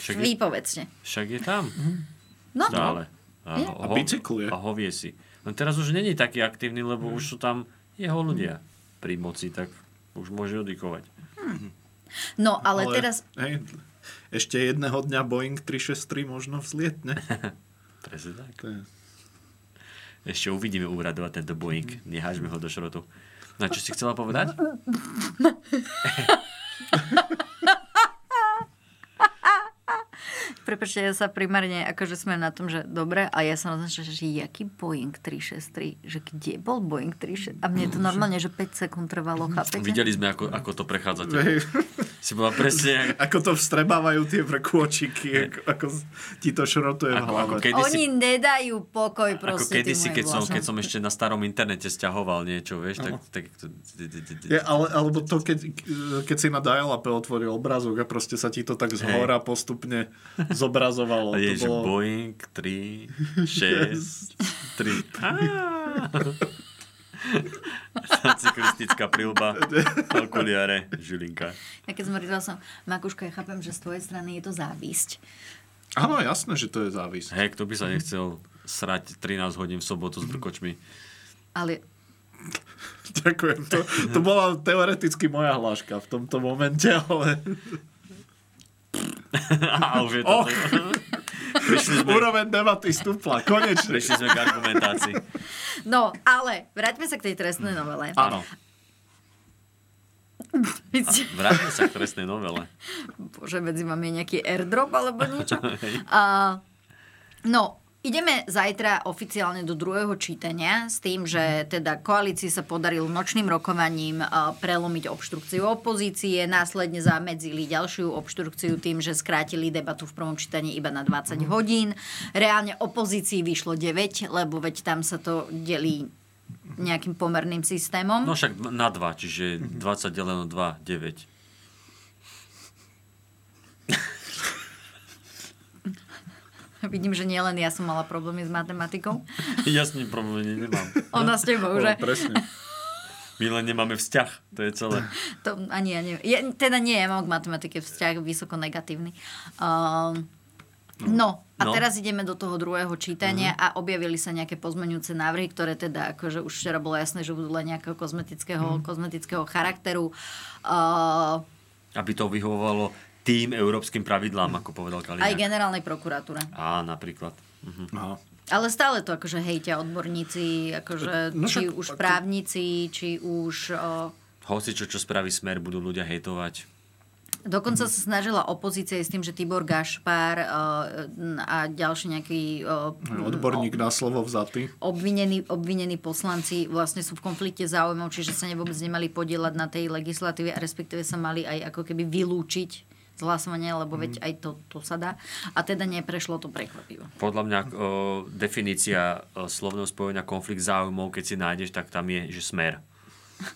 C: Však je,
A: Výpovedzne.
C: však je tam.
A: No,
C: Stále. A,
A: Je.
B: A bicykluje.
C: A hovie si. No teraz už není taký aktívny, lebo
A: Hmm.
C: už sú tam jeho ľudia pri moci, tak už môže odikovať.
A: no ale, teraz...
B: Hej, ešte jedného dňa Boeing 363 možno vzlietne.
C: Presne tak.
B: To je...
C: Ešte uvidíme úradovať tento
B: Hmm.
C: Boeing. Nehážme ho do šrotu. No čo si chcela povedať?
A: Prepačte, ja sa primárne, akože sme na tom, že dobre, a ja som rozhodla, že jaký Boeing 363, že kde bol Boeing 363, a mne to normálne, že 5 sekúnd trvalo, chápete?
C: Mm, Mhm. Videli sme, ako, ako to prechádzate.
B: Hej,
C: Si bola presne
B: ako to vstrebávajú tie vrkôčiky, ako, ako ti to šrotuje v
C: ako,
B: hlave.
C: ako kedysi,
A: Oni nedajú pokoj
C: ako
A: proste
C: kedysi
A: tým
C: keď, som, keď
A: som...
C: som ešte na starom internete stiahoval niečo, vieš, tak, tak to,
B: Je, ale, alebo to, keď, keď si na dial-upe otvoril obrázok a proste sa ti to tak zhora postupne zobrazovalo.
C: A je,
B: to
C: že
B: bolo...
C: Boeing 3, 6, 3. Cyklistická prilba, okuliare, žilinka.
A: Ja keď som rýdla som, Makuška, ja chápem, že z tvojej strany je to závisť.
B: Áno, jasné, že to je závisť.
C: Hej, kto by sa nechcel srať 13 hodín v sobotu s brkočmi?
A: Ale
B: Ďakujem. To, to bola teoreticky moja hláška v tomto momente, ale
C: A už je to.
B: Och.
C: Prišli sme,
B: úroveň debaty stúpla. Konečne.
C: prišli sme k argumentácii.
A: No, ale vráťme sa k tej trestnej novele.
C: Áno,
A: Vy ste-
C: vráťme sa k trestnej novele.
A: Bože, medzi vami je nejaký airdrop alebo niečo. A, no, ideme zajtra oficiálne do druhého čítania s tým, že teda koalícii sa podarilo nočným rokovaním a, prelomiť obštrukciu opozície, následne zamedzili ďalšiu obštrukciu tým, že skrátili debatu v prvom čítaní iba na 20 hodín. Reálne opozícii vyšlo 9, lebo veď tam sa to delí nejakým pomerným systémom.
C: No však na 2, čiže 20 deleno 2, 9.
A: Vidím, že nielen ja som mala problémy s matematikou.
C: Ja s ním problém nemám.
A: Ona s tebou, že?
B: Presne.
C: My len nemáme vzťah, to je celé.
A: To ani ja neviem. Ja, teda nie, ja mám k matematike vzťah vysoko negatívny. Um, no, a
C: No.
A: teraz ideme do toho druhého čítania
B: Mhm.
A: a objavili sa nejaké pozmeňujúce návrhy, ktoré teda akože už včera bolo jasné, že budú len nejakého
B: Mhm.
A: kozmetického, kozmetického charakteru. Uh,
C: Aby to vyhovovalo tým európskym pravidlám, ako
A: aj
C: povedal Kaliňák.
A: generálnej prokuratúre.
C: Á, napríklad.
B: Aha.
A: Ale stále to akože hejťa odborníci, akože
B: No
A: či
B: však-
A: už právnici, či už... Uh,
C: Hoci čo, čo spraví smer, budú ľudia hejtovať.
B: Mhm.
A: Dokonca sa snažila opozícia aj s tým, že Tibor Gašpar eh, a ďalší nejaký
B: Mhm.
A: eh,
B: Odborník na slovo vzatý.
A: obvinení, obvinení poslanci vlastne sú v konflikte záujmov, čiže sa ne- vôbec nemali podielať na tej legislatíve a respektíve sa mali aj ako keby vylúčiť z hlasovania, lebo veď aj to, to sa dá. A teda neprešlo to prekvapivo.
C: Podľa mňa o, definícia o, slovného spojenia konflikt záujmov, keď si nájdeš, tak tam je, že smer.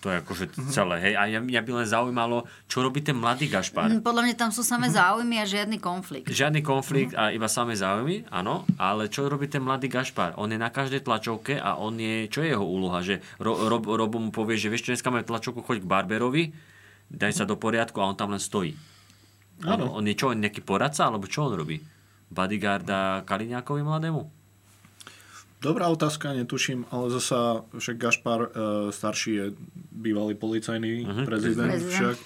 C: To je akože celé. Hej. A ja, mňa by len zaujímalo, čo robí ten mladý Gašpar.
A: Mm, Podľa mňa tam sú samé záujmy a žiadny konflikt.
C: Žiadny konflikt a iba samé záujmy, áno, ale čo robí ten mladý Gašpar? On je na každej tlačovke a on je, čo je jeho úloha? Že ro, rob, Robo mu povie, že vieš čo, dneska máme tlačovku, choď k Barberovi, daj sa do poriadku a on tam len stojí. On, on je čo, on je nejaký poradca, alebo čo on robí? Bodyguarda Kaliňákovi mladému?
B: Dobrá otázka, netuším, ale zasa však Gašpar e, starší je bývalý policajný uh-huh, prezident
A: Prezident.
B: však.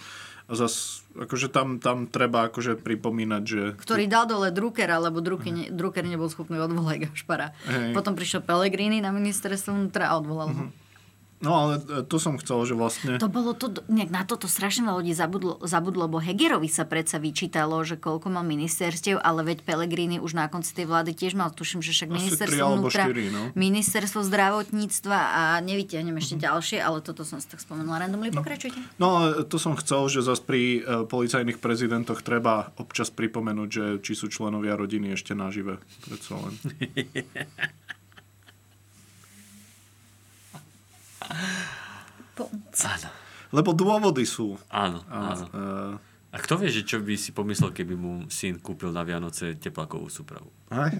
B: zas, akože tam, tam treba akože pripomínať, že...
A: ktorý dal dole Druckera, lebo Drucker, ne, Drucker nebol schopný odvolať Gašpara.
B: Hej.
A: Potom prišiel Pellegrini na ministerstvo vnútra a odvolal ho.
B: No ale e, to som chcel, že vlastne...
A: To bolo to, nejak na toto strašne veľa ľudí zabudlo, zabudlo, bo Hegerovi sa predsa vyčítalo, že koľko mal ministerstiev, ale veď Pellegrini už na konci tej vlády tiež mal, tuším, že však
B: Asi tri
A: ministerstvo
B: alebo
A: vnútra,
B: štyri, no. Mhm.
A: ministerstvo zdravotníctva a nevytiahnem ešte ďalšie, ale toto som si tak spomenula randomly, pokračujte.
B: No ale to som chcel, že zase pri e, policajných prezidentoch treba občas pripomenúť, že či sú členovia rodiny ešte nažive. Predsa len.
C: Áno,
B: Lebo dôvody sú.
C: áno,
B: A,
C: áno.
B: e,
C: A kto vie, že čo by si pomyslel, keby mu syn kúpil na Vianoce teplakovú súpravu?
B: aj?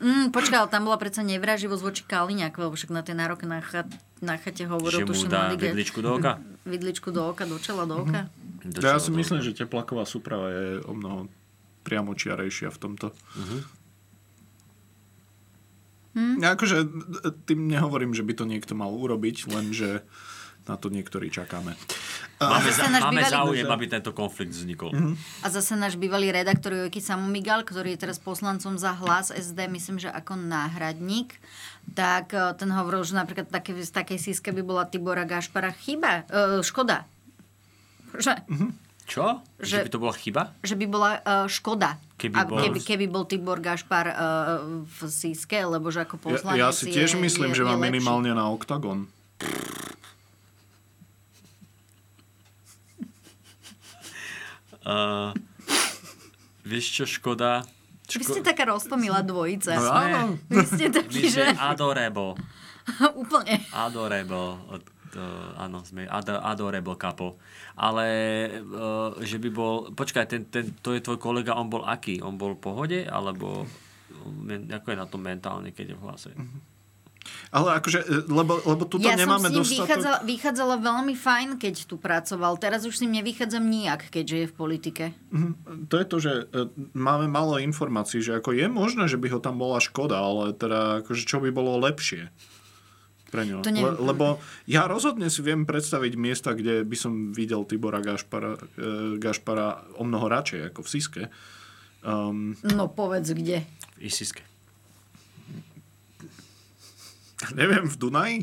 A: Mm, počkaj, ale tam bola predsa nevraživosť voči Kaliňák, lebo však na tej nároke na, chat, na chate hovoril,
C: Že mu
A: tuším,
C: dá
A: mladý ge-
C: vidličku do oka?
A: vidličku do oka, do čela, do oka.
B: Mhm.
C: Do
B: Ja
C: čoho
B: si
C: to-
B: myslím, že teplaková súprava je o mnoho priamočiarejšia v tomto.
C: Mhm.
B: Hm? Akože e, tým nehovorím, že by to niekto mal urobiť, lenže na to niektorí čakáme.
C: Máme,
A: Zase
C: za,
A: náš
C: máme
A: bývalý-
C: záujem, aby tento konflikt vznikol.
A: A zase náš bývalý redaktor Jojky Samomigal, ktorý je teraz poslancom za hlas SD, myslím, že ako náhradník, tak e, ten hovoril, že napríklad také, z takej síske by bola Tibora Gašpara chyba, e, škoda. Že,
C: Čo? Že...
A: Že-
C: by to bola chyba?
A: že by bola e, škoda.
C: Keby
A: a,
C: bol-
A: keby, keby bol Tibor Gašpar e, v síske, lebo že ako
B: Ja,
A: poslanec
B: ja si
A: je,
B: tiež myslím,
A: je,
B: že
A: je
B: mám
A: lepší.
B: minimálne na OKTAGON.
C: Uh, vieš čo, škoda?
A: Vy ste taká roztomilá dvojica.
B: No
C: Sme-
B: áno.
A: Vy ste
C: My
A: takí, že
C: sme adorebo.
A: úplne...
C: Adorebo. Od- to- áno, sme ad- adorebo kapo. Ale uh, že by bol... Počkaj, ten, ten, to je tvoj kolega, on bol aký? On bol v pohode? Alebo men- ako je na tom mentálne, keď je v hlase?
B: Ale akože, e, lebo, lebo tuto
A: ja
B: nemáme
A: som s ním
B: dostatok...
A: vychádzala, vychádzala veľmi fajn, keď tu pracoval. Teraz už s ním nevychádzam nijak, keďže je v politike.
B: To je to, že e, máme málo informácií, že ako je možné, že by ho tam bola škoda, ale teda akože čo by bolo lepšie pre ňo.
A: To neviem.
B: lebo ja rozhodne si viem predstaviť miesta, kde by som videl Tibora Gašpara, e, Gašpara o mnoho radšej ako v Siske. Um,
A: No povedz kde.
C: V Isiske.
B: neviem, v Dunaji?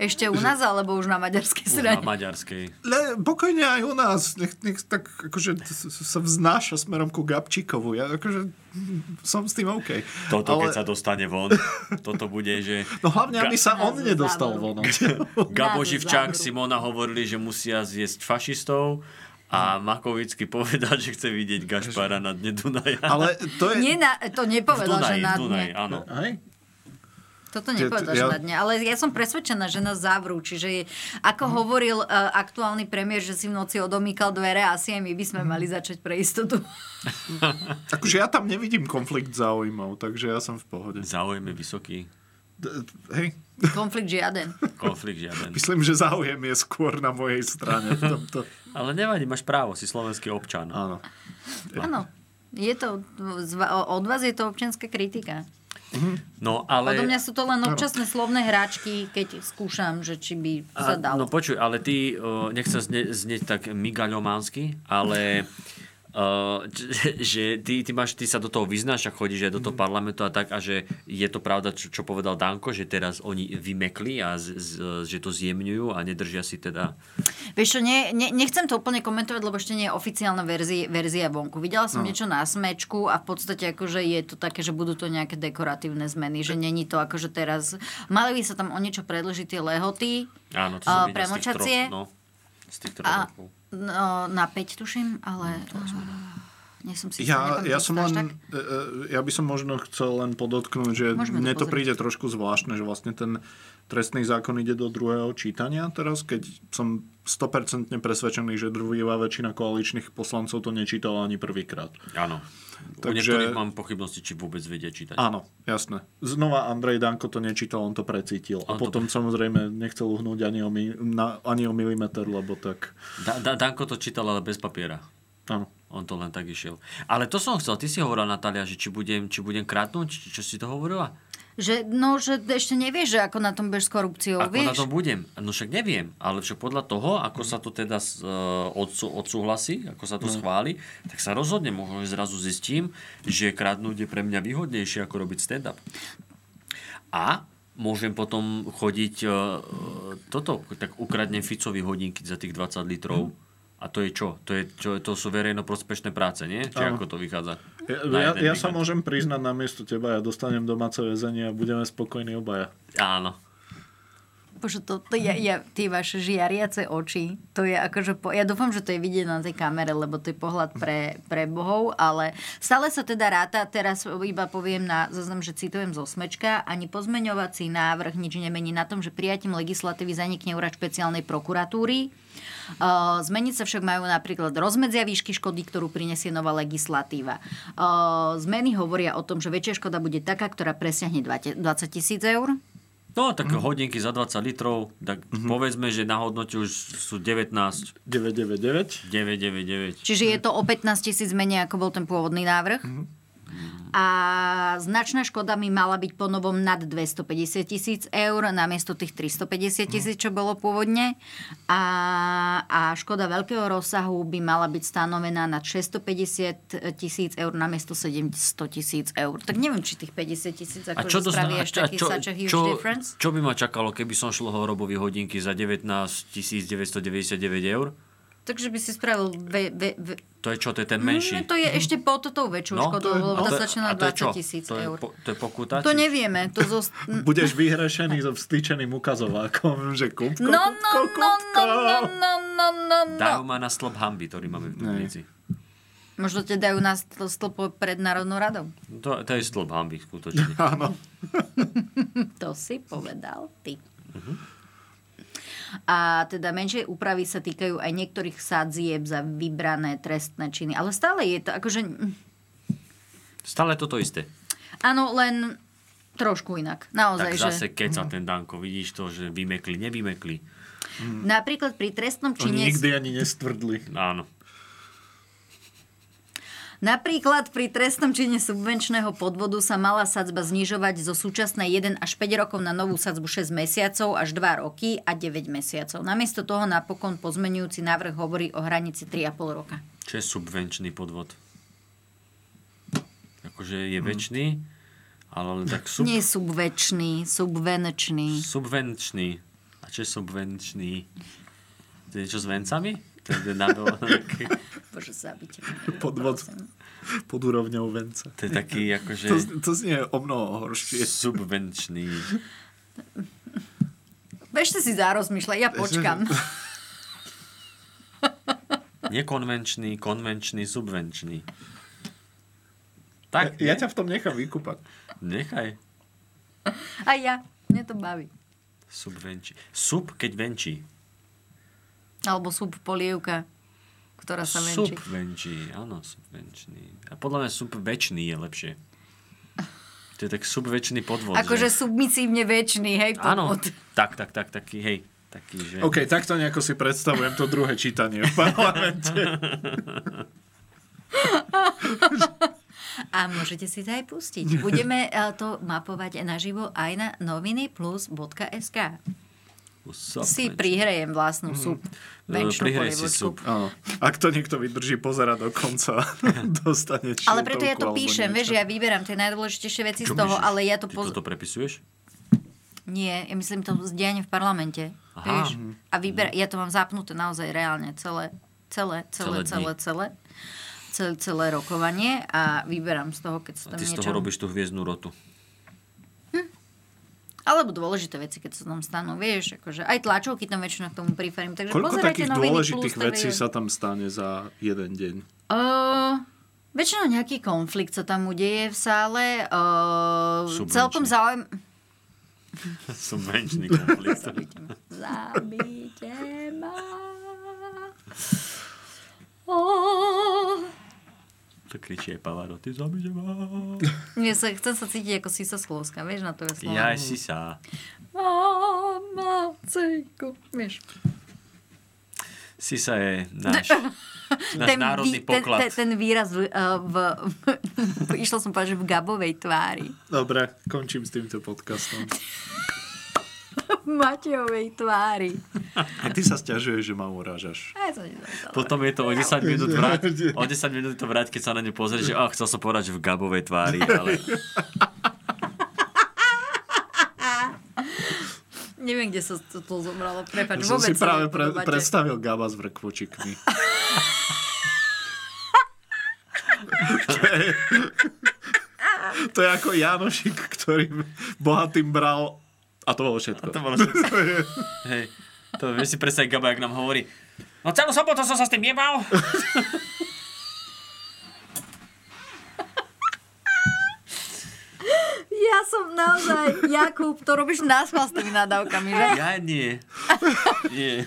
A: Ešte u nás, alebo už na maďarskej
C: Už
A: strane.
C: Na maďarskej.
B: Le, pokojne aj u nás. Nech, nech tak akože s- s- sa vznáša smerom ku Gabčíkovu. Ja akože hm, som s tým OK.
C: Toto, keď sa dostane von, toto bude, že...
B: No hlavne, aby sa
A: Ga-
B: on nedostal
A: Závoru.
B: von.
A: Dáme
C: Gabo Živčák,
A: záveru.
C: Simona hovorili, že musia zjesť fašistov a Makovický povedal, že chce vidieť Gašpara na dne Dunaja.
B: Ale to je...
A: Nie na, to
C: V
A: nepovedal, že
C: Dunaji,
A: na
C: v Dunaji,
A: dne.
C: áno.
B: Hej?
A: Toto
B: Tie-
A: nepovedal,
B: tie-
A: že
B: ja-
A: na dne. Ale ja som presvedčená, že nás zavrú. Čiže je, ako
C: Mhm.
A: hovoril e, aktuálny premiér, že si v noci odomýkal dvere, asi aj my by
C: Mhm.
A: sme mali začať pre istotu.
B: Akože ja tam nevidím konflikt záujmov, takže ja som v pohode.
C: Záujem je vysoký,
B: D- Hej,
A: Konflikt žiaden.
C: konflikt žiaden.
B: myslím, že záujem je skôr na mojej strane v tomto.
C: Ale nevadí, máš právo, si slovenský občan.
B: Áno.
A: Áno. Je to, z va- od vás je to občianská kritika.
C: No ale...
A: Podľa mňa sú to len občasné slovné hráčky, keď skúšam, že či by sa
C: A-
A: dalo.
C: No počuj, ale ty, uh, nechcem zne, znieť tak migaľománsky, ale uh, že ty, ty, máš, ty sa do toho vyznáš a chodíš aj do
A: Mhm.
C: toho parlamentu a tak a že je to pravda, čo, čo povedal Danko, že teraz oni vymekli a z, z, že to zjemňujú a nedržia si teda...
A: Vieš čo, ne, ne, nechcem to úplne komentovať, lebo ešte nie je oficiálna verzi, verzia vonku. Videla
C: No.
A: som niečo na smečku a v podstate akože je to také, že budú to nejaké dekoratívne zmeny, že není to akože teraz... Mali by sa tam o niečo predlžiť tie lehoty
C: Áno,
A: A
C: to som videl z tých
A: premočacie?
C: troch, no, z tých troch
A: a,
C: rokov.
A: no, na 5 tuším, ale...
C: No,
A: Nie som si
B: Ja,
A: nepamätám,
B: ja som
A: až
B: len, e, e, ja by som možno chcel len podotknúť, že
A: Môžeme to
B: mne to
A: pozrieť.
B: príde trošku zvláštne, že vlastne ten trestný zákon ide do druhého čítania teraz, keď som 100% presvedčený, že druhá väčšina koaličných poslancov to nečítala ani prvýkrát.
C: Áno. Takže... U
B: Takže-
C: niektorých mám pochybnosti, či vôbec vedia čítať.
B: Áno, jasné. Znova Andrej Danko to nečítal, on to precítil. A
C: On to
B: potom samozrejme nechcel uhnúť ani o, mi, na, ani o milimeter, lebo tak...
C: Da, da, Danko to čítal, ale bez papiera.
B: Áno.
C: On to len tak išiel. Ale to som chcel, ty si hovorila, Natália, že či budem, či budem kradnúť, či, čo si to hovorila?
A: Že, no, že ešte nevieš, že ako na tom budeš s korupciou,
C: Ako
A: vieš?
C: na to budem? No však neviem, ale však podľa toho, ako sa to teda s- e, odsú- odsúhlasí, ako sa
B: No.
C: to schváli, tak sa rozhodne, možno že zrazu zistím, že kradnúť je pre mňa výhodnejšie, ako robiť stand-up. A môžem potom chodiť e, e, toto, tak ukradnem Ficovi hodinky za tých 20 litrov.
B: Mhm.
C: A to je čo? To, je, čo, to sú verejnoprospešné práce, nie? Či
B: Áno.
C: ako to vychádza?
B: Ja,
C: Na jeden
B: ja, ja sa
C: víkend.
B: môžem priznať na miesto teba, ja dostanem domáce väzenie a budeme spokojní obaja.
C: Áno.
A: Bože, to, to ja, ja, tie vaše žiariace oči, to je akože, po, ja dúfam, že to je vidieť na tej kamere, lebo to je pohľad pre, pre bohov, ale stále sa teda ráta, teraz iba poviem na zoznam, že citujem zo smečka, ani pozmeňovací návrh nič nemení na tom, že prijatím legislatívy zanikne úrad špeciálnej prokuratúry. Uh, Zmeniť sa však majú napríklad rozmedzia výšky škody, ktorú prinesie nová legislatíva. Uh, Zmeny hovoria o tom, že väčšia škoda bude taká, ktorá presiahne 20 tisíc eur.
C: No, tak hodinky za 20 litrov, tak povedzme, že na hodnote už sú 19,
B: 999.
C: 999.
A: Čiže je to o 15 tisíc menej, ako bol ten pôvodný návrh. A značná škoda mi mala byť po novom nad 250 tisíc eur namiesto tých 350 tisíc, čo bolo pôvodne. A, a škoda veľkého rozsahu by mala byť stanovená nad 650 tisíc eur namiesto 700 tisíc eur. Tak neviem, či tých 50 tisíc
C: A
A: ako
C: čo to
A: spraví
C: znamená?
A: až taký such a huge
C: čo,
A: difference.
C: čo by ma čakalo, keby som šlo horobovi hodinky za 19 999 eur?
A: Takže by si spravil... Ve, ve, ve,
C: To je čo? To je ten
A: Mm,
C: menší?
A: to
C: No?
A: je ešte pod tou väčšou škodou, lebo
C: A
A: tá
C: to je-
A: začína
C: a to je čo?
A: 20 tisíc
C: To je
A: eur.
C: po- To je pokuta?
A: To
C: či-
A: nevieme. To zost...
B: Budeš vyhrešený so vstýčeným ukazovákom, že kúpko,
A: No, no,
B: kúpko,
A: no,
B: kúpko.
A: no, no, no, no, no, no.
C: Dajú ma na slop hamby, ktorý máme v Dubnici.
A: Možno te dajú na stl- stĺpo pred Národnou radou.
C: No To, to je slop hamby, skutočne.
B: Áno.
A: To si povedal ty. A teda menšie úpravy sa týkajú aj niektorých sadzieb za vybrané trestné činy. Ale stále je to akože... mm,
C: Stále toto isté.
A: Áno, len trošku inak. Naozaj,
C: Tak
A: že...
C: zase keca ten Danko, vidíš to, že vymekli, nevymekli.
A: Napríklad pri trestnom
B: To
A: čine...
B: nikdy ani nestvrdli.
C: Áno.
A: Napríklad pri trestnom čine subvenčného podvodu sa mala sadzba znižovať zo súčasnej 1 až 5 rokov na novú sadzbu 6 mesiacov až 2 roky a 9 mesiacov. Namiesto toho napokon pozmenujúci návrh hovorí o hranici 3,5 roka.
C: Čo je subvenčný podvod? Akože je
B: Hm.
C: väčší, ale len tak sub,
A: Nie subvečný, subvenčný.
C: subvenčný. A čo je subvenčný? To je niečo s vencami? To je, na dole, taký,
A: Bože, zabite.
B: Podvod pod úrovňou venca.
C: to je taký akože
B: To, to znie o mnoho horšie.
C: subvenčný.
A: Bežte si zározmýšľať, ja počkam.
C: Nekonvenčný, konvenčný, subvenčný. Tak,
B: Ja, ja
C: nie?
B: ťa v tom nechám vykúpať.
C: nechaj.
A: A ja, mne to baví.
C: Subvenčí. Sub, keď venčí.
A: Alebo sub polievka, ktorá sa venčí.
C: Subvenčí, áno, subvenčný. A podľa mňa subvečný je lepšie. To je tak subvečný podvod.
A: Akože
C: že?
A: submisívne väčší, hej,
C: Áno,
A: podvod.
C: tak, tak, tak, taký, hej, taký, že...
B: OK, takto nejako si predstavujem to druhé čítanie v parlamente.
A: A môžete si to aj pustiť. Budeme eh, to mapovať naživo aj na noviny.plus.sk.
C: Subvenčný.
A: Si prihrejem vlastnú súb. Venčnú
C: Prihraj Mhm. si
A: polievočku.
C: sub.
B: Áno. Ak to niekto vydrží pozerať do konca, dostane čietovku.
A: Ale preto ja to
B: alebo
A: píšem,
B: niečo.
A: vieš, ja vyberám tie najdôležitejšie veci
C: Čo
A: z toho,
C: píšeš?
A: ale ja to...
C: Ty
A: Poz...
C: toto prepisuješ?
A: Nie, ja myslím to zdianie v parlamente.
C: Aha. Mhm.
A: Vieš? A vyber... ja to mám zapnuté naozaj reálne celé, celé, celé,
C: Celé dni.
A: celé, celé, celé, celé rokovanie a vyberám z toho, keď sa
C: A
A: tam
C: ty z
A: niečo...
C: toho robíš tú hviezdnú rotu.
A: Alebo dôležité veci, keď sa tam stanú, vieš, akože aj tlačovky tam väčšinou k tomu priferím. Takže
B: Koľko
A: pozerajte
B: takých
A: noviny
B: dôležitých
A: plus,
B: vecí
A: to je-
B: sa tam stane za jeden deň?
A: Uh, väčšinou nejaký konflikt sa tam udeje v sále. Uh,
C: Subvenčný.
A: celkom záujem...
C: Subvenčný konflikt.
A: Zabíte ma. Oh.
C: to kričí aj Pavarotti, zabíde ma.
A: Nie, sa, chcem sa cítiť ako Sisa Slúska, vieš, na to je slovo.
C: Ja si sa.
A: Mama, cejko, vieš.
C: Sisa je náš, náš
A: vý- ten,
C: národný poklad.
A: ten, ten výraz v, eh, v, v, išla som povedať, že v Gabovej tvári.
B: Dobre, končím s týmto podcastom.
A: V Matejovej tvári.
B: A ty sa stiažuješ, že ma urážaš.
A: Ja som nezvedela.
C: Potom je to o 10 minút vráť, o 10 minút to vráť, keď sa na ňu pozrieš, že ach, chcel som povedať, že v Gabovej tvári, ale
A: Neviem, kde sa to, to zobralo. Prepač,
B: Ja som
A: vôbec
B: si
A: sa
B: práve pre,
A: nepodobáte.
B: predstavil Gaba s vrkvočikmi. to, je, to je ako Janošik, ktorý bohatým bral a to bolo všetko.
C: to bolo všetko. Hej, to vieš si predstaviť Gaba, jak nám hovorí, no celú sobotu som sa s tým jebal.
A: Ja som naozaj, Jakub, to robíš nás s tými nadávkami, že?
C: Ja nie. Nie.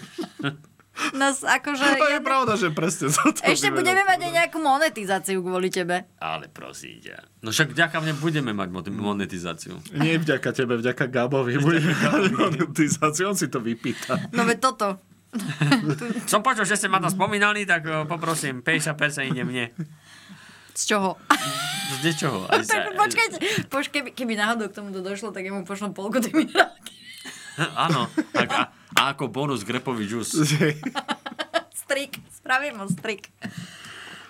A: Nás akože...
B: To je
A: jedno-
B: pravda, že presne za to
A: Ešte
B: vyvedol.
A: budeme mať aj nejakú monetizáciu kvôli tebe.
C: Ale prosím ťa. No však vďaka mne budeme mať mot- monetizáciu.
B: Nie vďaka tebe, vďaka Gabovi. Budeme mať monetizáciu, on si to vypýta.
A: No veď toto.
C: Som počul, že ste ma to spomínali, tak eh, poprosím, 50% ide mne.
A: Z čoho?
C: No Z niečoho. Aj sa-
A: Tak počkajte, počkej, keby náhodou k tomu to došlo, tak ja mu pošlom polku tej minerálky.
C: Áno. Tak a, a ako bonus grepový džus.
A: Strik, spravím ho strik.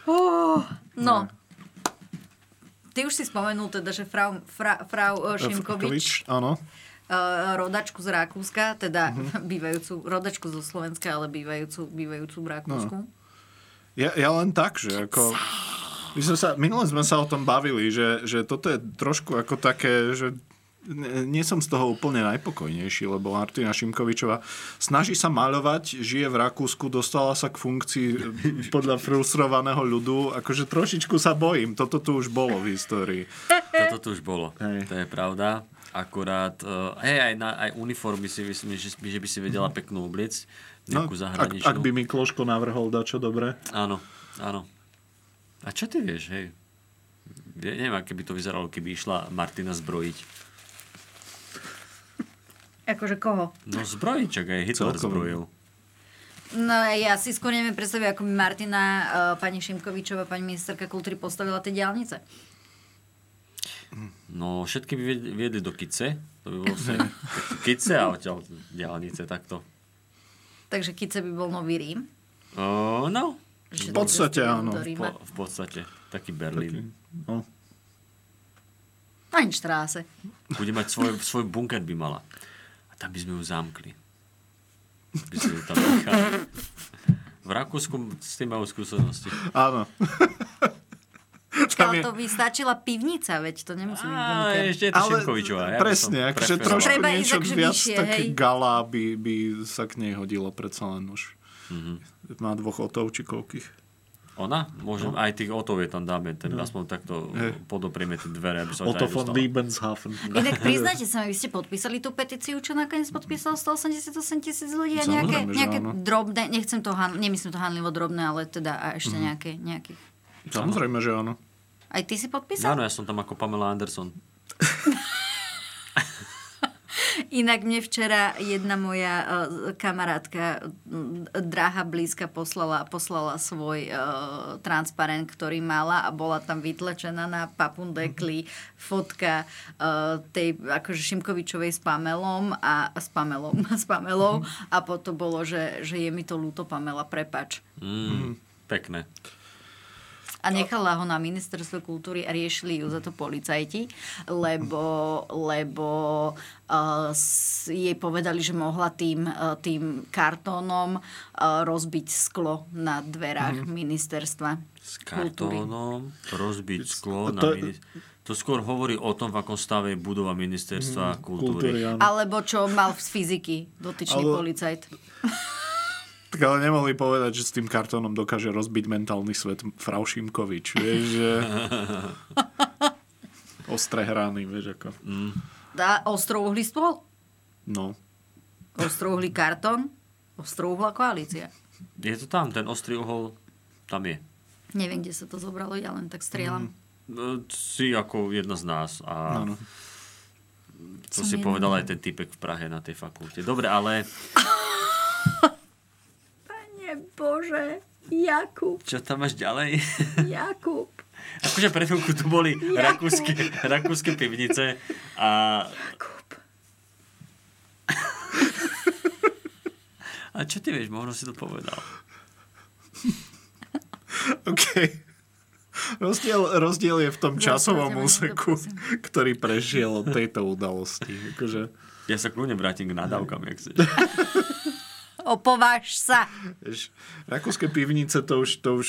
A: Uh, no. Ty už si spomenul teda, že frau, fra, frau eh, Šimkovič,
B: Šimkovič, Áno.
A: eh, rodačku z Rakúska, teda bývajúcu, rodačku zo Slovenska, ale bývajúcu, bývajúcu v Rakúsku.
B: Ja, ja len tak, že ako... My sme sa, minule sme sa o tom bavili, že, že toto je trošku ako také, že n- nie som z toho úplne najpokojnejší, lebo Martina Šimkovičová snaží sa maľovať, žije v Rakúsku, dostala sa k funkcii eh, podľa frustrovaného ľudu. Akože trošičku sa bojím, toto tu už bolo v histórii.
C: Toto tu už bolo.
B: Hej.
C: To je pravda. Akurát, uh, hej, aj, na, aj uniformy si myslím, že, si- že by si vedela peknú obliec. Nejakú no,
B: ak,
C: zahraničnú.
B: ak by mi Kloško navrhol dačo dobre.
C: Áno, áno. A čo ty vieš, hej? Ja neviem, aké by to vyzeralo, keby išla Martina zbrojiť.
A: Akože koho?
C: No zbrojičak, aj Hitler
B: Celkovo.
C: zbrojil.
A: No ja si skôr neviem predstaviť, ako by Martina, eh, pani Šimkovičová, pani ministerka kultúry postavila tie diálnice.
C: No všetky by vied- viedli do Kice. To by bolo vlastne Kice a odtiaľ diálnice, takto.
A: Takže Kice by bol nový Rím.
C: O, no,
A: Že
B: V
A: to
B: podstate
A: cestovalo
B: áno.
A: do
C: v,
A: Ríma.
C: po, v podstate. Taký Berlín.
B: No.
A: Ani štráse.
C: Bude mať svoj, svoj bunker by mala. A tam by sme ju zamkli. By sme ju tam nechali. V Rakúsku s tým majú skúsenosti.
B: Áno. Tam
A: Ale
B: je-
A: to by stačila pivnica, veď to nemusí byť
C: Á,
A: bunker.
C: ešte je to Šimkovičová. Ja by som
B: presne, akože
C: preferoval.
B: trošku
A: Treba ísť
B: niečo
A: akože
B: viac
A: vyššie,
B: také
A: hej.
B: gala by, by sa k nej hodilo predsa len už.
C: Mhm.
B: Mm-hmm. Má dvoch otov či koľkých.
C: Ona?
A: No.
C: Môžem, aj tých otov je tam dáme, ten, aspoň takto podoprieme tie dvere, aby sa
B: Otto
C: aj
B: von
C: dostala.
B: Liebenshafen.
A: Inak priznajte sa mi, vy ste podpísali tú petíciu, čo nakoniec podpísalo 188 tisíc ľudí a nejaké,
B: Samozrejme, že
A: nejaké
B: áno.
A: drobné, nechcem to, han, nemyslím to hanlivo drobné, ale teda a
B: Mhm.
A: ešte nejaké, nejakých.
B: Samozrejme, že áno.
A: Aj ty si podpísal?
C: Áno, ja som tam ako Pamela Anderson.
A: Inak mne včera jedna moja eh, kamarátka, mm, drahá blízka, poslala, poslala svoj eh, transparent, ktorý mala a bola tam vytlačená na papundekli fotka eh, tej akože Šimkovičovej s Pamelom a s Pamelom, s Pamelou a potom bolo, že, že je mi to ľúto Pamela, prepač. Mhm.
C: Mm, pekné.
A: A nechala ho na ministerstve kultúry a riešili ju za to policajti, lebo, lebo uh, s, jej povedali, že mohla tým, uh, tým kartónom uh, rozbiť sklo na dverách mm-hmm. ministerstva
C: S
A: kultúry.
C: kartónom, rozbiť
B: To-
C: sklo. Na
B: to-
C: mini- to skôr hovorí o tom, v akom stave je budova
A: Mhm,
C: ministerstva
B: Kultúry,
C: kultúry.
B: áno.
A: Alebo čo mal z fyziky dotyčný
B: Ale-
A: policajt.
B: Tak ale nemohli povedať, že s tým kartónom dokáže rozbiť mentálny svet Frau Šimkovič. Vieš, že... Ostré hrany, vieš ako.
C: Mm.
A: Dá ostrouhli stôl,
B: No.
A: ostrouhli kartón, ostrouhla koalícia.
C: Je to tam, ten ostrý uhol tam je.
A: Neviem, kde sa to zobralo, ja len tak strieľam.
C: No, Si ako jedna z nás a
B: Áno.
C: to
A: Som
C: si
A: jedna.
C: povedal aj ten typek v Prahe na tej fakulte. Dobre, ale
A: Pane Bože, Jakub,
C: Čo tam máš ďalej?
A: Jakub.
C: Akože pre chvíľku tu boli rakúske, rakúske pivnice a,
A: Jakub.
C: a čo ty vieš, možno si to povedal.
B: OK. Rozdiel, rozdiel je v tom časovom
A: Zapracovanie,
B: úseku,
A: prosím.
B: ktorý prešiel od tejto udalosti. Akože,
C: Ja sa kľudne vrátim k nadávkam, jak chceš.
A: Opováž sa.
B: vieš, rakúske pivnice to už, to už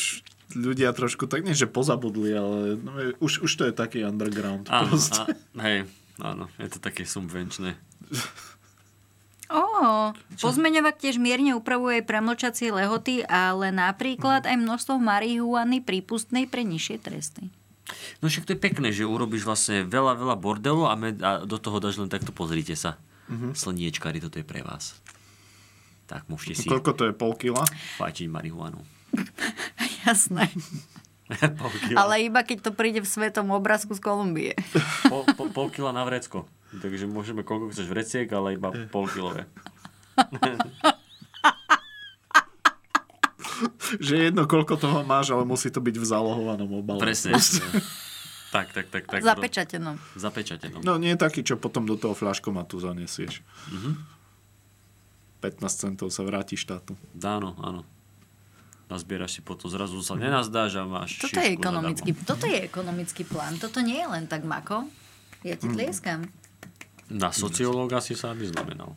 B: ľudia trošku tak nie, že pozabudli, ale no, je- už, už to je taký underground.
C: Áno, a,
B: proste.
C: hej, áno, je to také subvenčné.
A: Ó, pozmeňovak tiež mierne upravuje premlčacie lehoty, ale napríklad aj množstvo marihuany prípustnej pre nižšie tresty.
C: No však to je pekné, že urobíš vlastne veľa, veľa bordelu a, med, a do toho dáš len takto pozrite sa. Mm-hmm. Slniečkari, toto je pre vás. Tak môžete si
B: Koľko to je? Pol kila?
C: páčiť marihuanu.
A: Jasné.
C: pol kila,
A: Ale iba keď to príde v svetom obrázku z Kolumbie.
C: pol, pol, pol kila na vrecko. Takže môžeme koľko chceš vreciek, ale iba pol kilové.
B: Že je jedno, koľko toho máš, ale musí to byť v zálohovanom obale.
C: Presne. tak, tak, tak. no. tak
A: Zapečatenom.
C: Zapečatenom.
B: No nie je taký, čo potom do toho fľaškomatu zanesieš.
C: Mhm.
B: Mm-hmm. 15 centov sa vráti štátu.
C: Áno, no, áno. Nazbieraš si potom, zrazu sa nenazdáš a máš
A: Toto je,
C: šíšku zadarmo.
A: ekonomický, toto je ekonomický plán. Toto nie je len tak mako. Ja ti tlieskam.
C: Na sociológa si sa vyznamenal.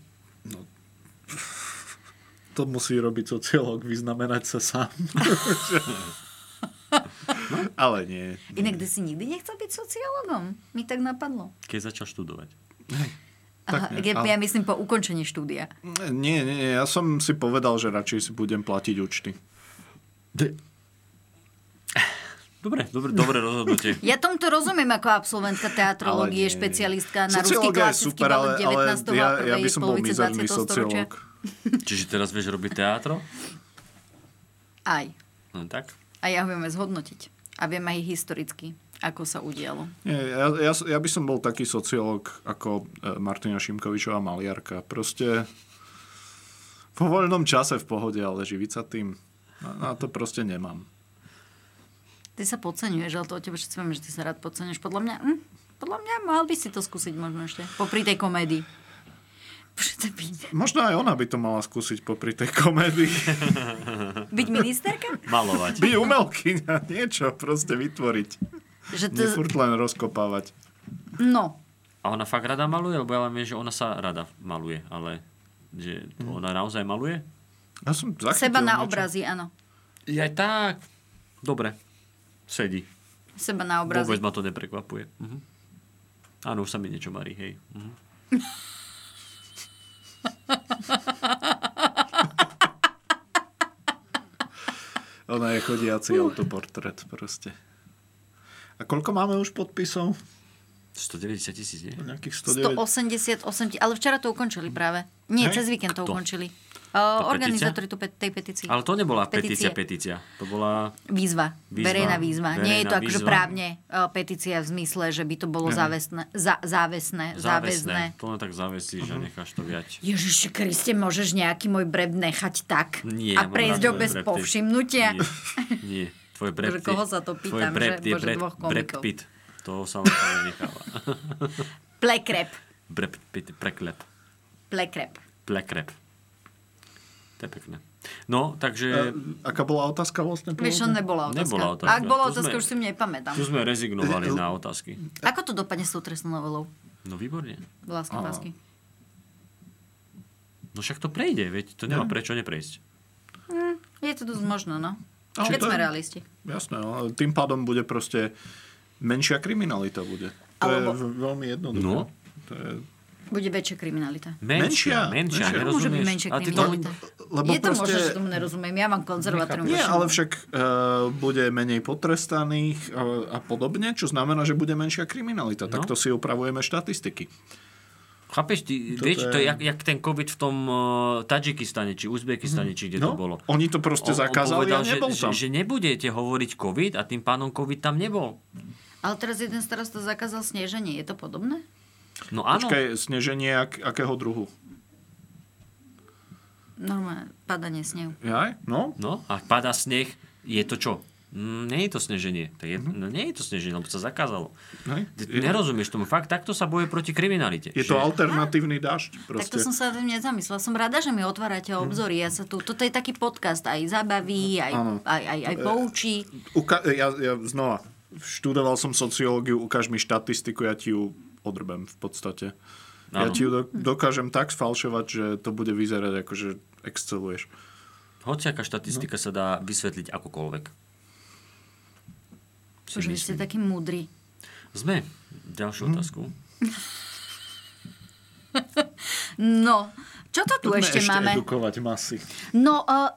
B: To musí robiť sociológ, vyznamenať sa sám. No, Ale nie.
A: Inak ty si nikdy nechcel byť sociológom. Mi tak napadlo.
C: Keď začal študovať.
A: Aha,
B: nie,
A: keď-
B: ale-
A: ja myslím po ukončení štúdia.
B: Nie, nie, nie. Ja som si povedal, že radšej si budem platiť účty.
C: Dobre, dobre, dobre rozhodnutie.
A: Ja tomu to rozumiem ako absolventka teatrológie,
B: Ale nie, nie.
A: špecialistka na ruský
B: Sociológia je
A: klasický
B: super, ale,
A: balet 19.
B: ale ja,
A: a
B: ja
A: prvej
B: by som bol
A: polovice
B: mizerný
A: 20. storočia.
B: sociológ.
C: Čiže teraz vieš robiť teatro?
A: Aj.
C: No tak.
A: A ja ho vieme zhodnotiť. A viem aj historicky, ako sa udialo.
B: Nie, ja, ja, ja by som bol taký sociológ ako e, Martina Šimkovičová maliarka. Proste po voľnom čase v pohode, ale živiť sa tým, na, na to proste nemám.
A: Ty sa podceňuješ, ale to o tebe všetci vieme, že ty sa rád podceňuješ. Podľa mňa, hm, podľa mňa mal by si to skúsiť možno ešte. Popri tej komédii. Môžete byť,
B: Možno aj ona by to mala skúsiť popri tej komédii.
A: byť ministerka?
C: Malovať.
B: Byť umelkyňa, niečo proste vytvoriť.
A: Že to,
B: Nie furt len rozkopávať.
A: no,
C: A ona fakt rada maluje? Lebo ja len viem, že ona sa rada maluje, ale že to ona naozaj maluje?
B: Ja som zachytil
A: seba na
B: niečo.
A: obrazy, áno.
C: Ja aj tak. Dobre. Sedí.
A: Seba na obrazy.
C: Vôbec ma to neprekvapuje. Mhm. Áno, už sa mi niečo marí, hej. Mhm.
B: Ona je chodiaci
A: Uh.
B: autoportrét proste. A koľko máme už podpisov?
C: 190 tisíc, nie?
B: Nejakých 109.
A: 188, ti- ale včera to ukončili práve. Nie,
B: Hej.
A: cez víkend to
C: Kto?
A: ukončili. Uh,
C: petícia?
A: organizátori tu pe- tej petície.
C: Ale to nebola
A: Petície.
C: petícia, petícia. To bola...
A: Výzva,
C: Výzva.
A: verejná výzva. Nie je to
C: Verejná
A: akože
C: výzva. Mhm.
A: právne uh, petícia v zmysle, že by to bolo závesné, za, závesné, záväzné.
C: Závesné. To len tak závesíš a necháš to viať.
A: Ježiši Kriste, môžeš nejaký môj breb nechať tak
C: Nie,
A: a
C: ja mám
A: prejsť
C: rád
A: do
C: tvoje
A: bez
C: brepty.
A: povšimnutia?
C: Nie, nie. Tvoje brepty.
A: koho sa to pýtam, že? Bože, dvoch komikov.
C: Brepit. To sa len tak necháva.
A: Plekrep,
C: Brepit, preklep.
A: plekrep.
C: Plekrep. To je pekné. No,
B: E,
C: takže
B: Aká bola otázka vlastne?
A: Vieš, on
B: pôvodne?
A: nebola otázka.
C: Nebola No, otázka.
A: Ak bola
C: To
A: otázka,
C: sme-
A: už si mne nepamätám.
C: tu sme rezignovali na otázky.
A: Ako to dopadne s tou trestnou novelou?
C: No výborne.
A: Vlastné otázky.
C: No však to prejde, veď to nemá prečo neprejsť.
A: Je to dosť možno, no.
B: Ale
A: Keď
B: to
A: sme
B: je-
A: realisti.
B: Jasné, ale tým pádom bude proste menšia kriminalita bude. To
A: Alebo-
B: je v- veľmi jednoduché.
C: No.
B: To je...
A: Bude väčšia kriminalita.
C: Menšia,
B: Menšia, menšia.
C: menšia,
A: Môže byť
C: nerozumieš.
A: menšia
C: Mm. A ty to-
A: kriminalita.
B: Lebo
A: je to
B: proste...
A: možné, že tomu nerozumiem. Ja mám konzervatívnu
B: Nie,
A: myšlienku.
B: ale však e, bude menej potrestaných e, a, a podobne, čo znamená, že bude menšia kriminalita. No.
C: No.
B: Takto si upravujeme štatistiky.
C: Chápeš, ty,
B: Toto
C: vieš, to je
B: je-
C: jak, jak ten COVID v tom uh, Tadžikistane, či Uzbekistane, či kde
B: No,
C: to bolo.
B: oni to proste zakázali a
C: že,
B: nebol
C: že,
B: tam.
C: že nebudete hovoriť COVID a tým pánom COVID tam nebol.
A: Ale teraz jeden starosta zakázal sneženie. Je to podobné?
C: No áno,
B: Počkaj, sneženie ak, akého druhu?
A: Normálne, padanie snehu.
B: Jaj? No?
C: No a padá sneh, je to čo? Mm, Nie je to sneženie. Tak je,
B: Mhm.
C: no nie je to sneženie, lebo sa zakázalo.
B: Hej.
C: Ty nerozumieš tomu. Fakt, takto sa boje proti kriminalite.
B: No. Je to
C: Že-
B: alternatívny dážď proste. Hm.
A: Takto som sa tým nezamyslela. Som rada, že mi otvárate obzory. Ja sa tu, toto je taký podcast, aj zabaví, aj,
B: Áno. E,
A: aj, aj, aj poučí.
B: Uka- ja, ja znova, študoval som sociológiu, ukáž mi štatistiku, ja ti ju odrbem v podstate. Ja
C: Áno.
B: ti ju do- dokážem tak sfalšovať, že to bude vyzerať ako, že exceluješ.
C: Hociaká štatistika
B: No.
C: sa dá vysvetliť akokoľvek. Si
A: Že vy ste
C: myslím.
A: taký múdry.
B: Mhm.
C: Sme. Ďalšiu otázku.
A: No, čo to tu
B: Poďme
A: ešte,
B: ešte
A: máme?
B: edukovať masy.
A: No, uh,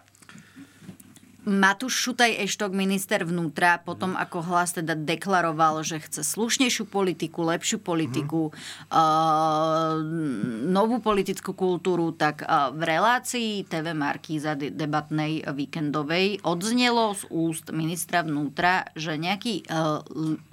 A: Matúš Šutaj Eštok, minister vnútra, potom
C: Mhm.
A: ako hlas teda deklaroval, že chce slušnejšiu politiku, lepšiu politiku,
C: Mhm.
A: uh, novú politickú kultúru, tak uh, v relácii TV Markíza de- debatnej víkendovej odznelo z úst ministra vnútra, že nejakí uh,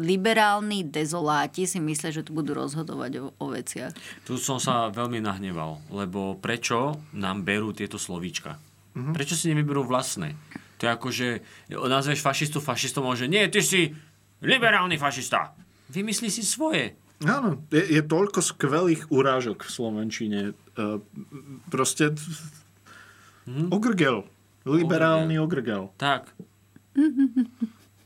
A: liberálni dezoláti si myslia, že tu budú rozhodovať o, o veciach.
C: Tu som sa veľmi nahneval, lebo prečo nám berú tieto slovíčka? Prečo si nevyberú vlastné? To je ako, že nazveš fašistu fašistom, ale že nie, ty si liberálny fašista. Vymyslí si svoje.
B: Áno, je, je toľko skvelých urážok v Slovenčine. E, proste ogrgel. Liberálny Mhm. ogrgel.
C: Tak,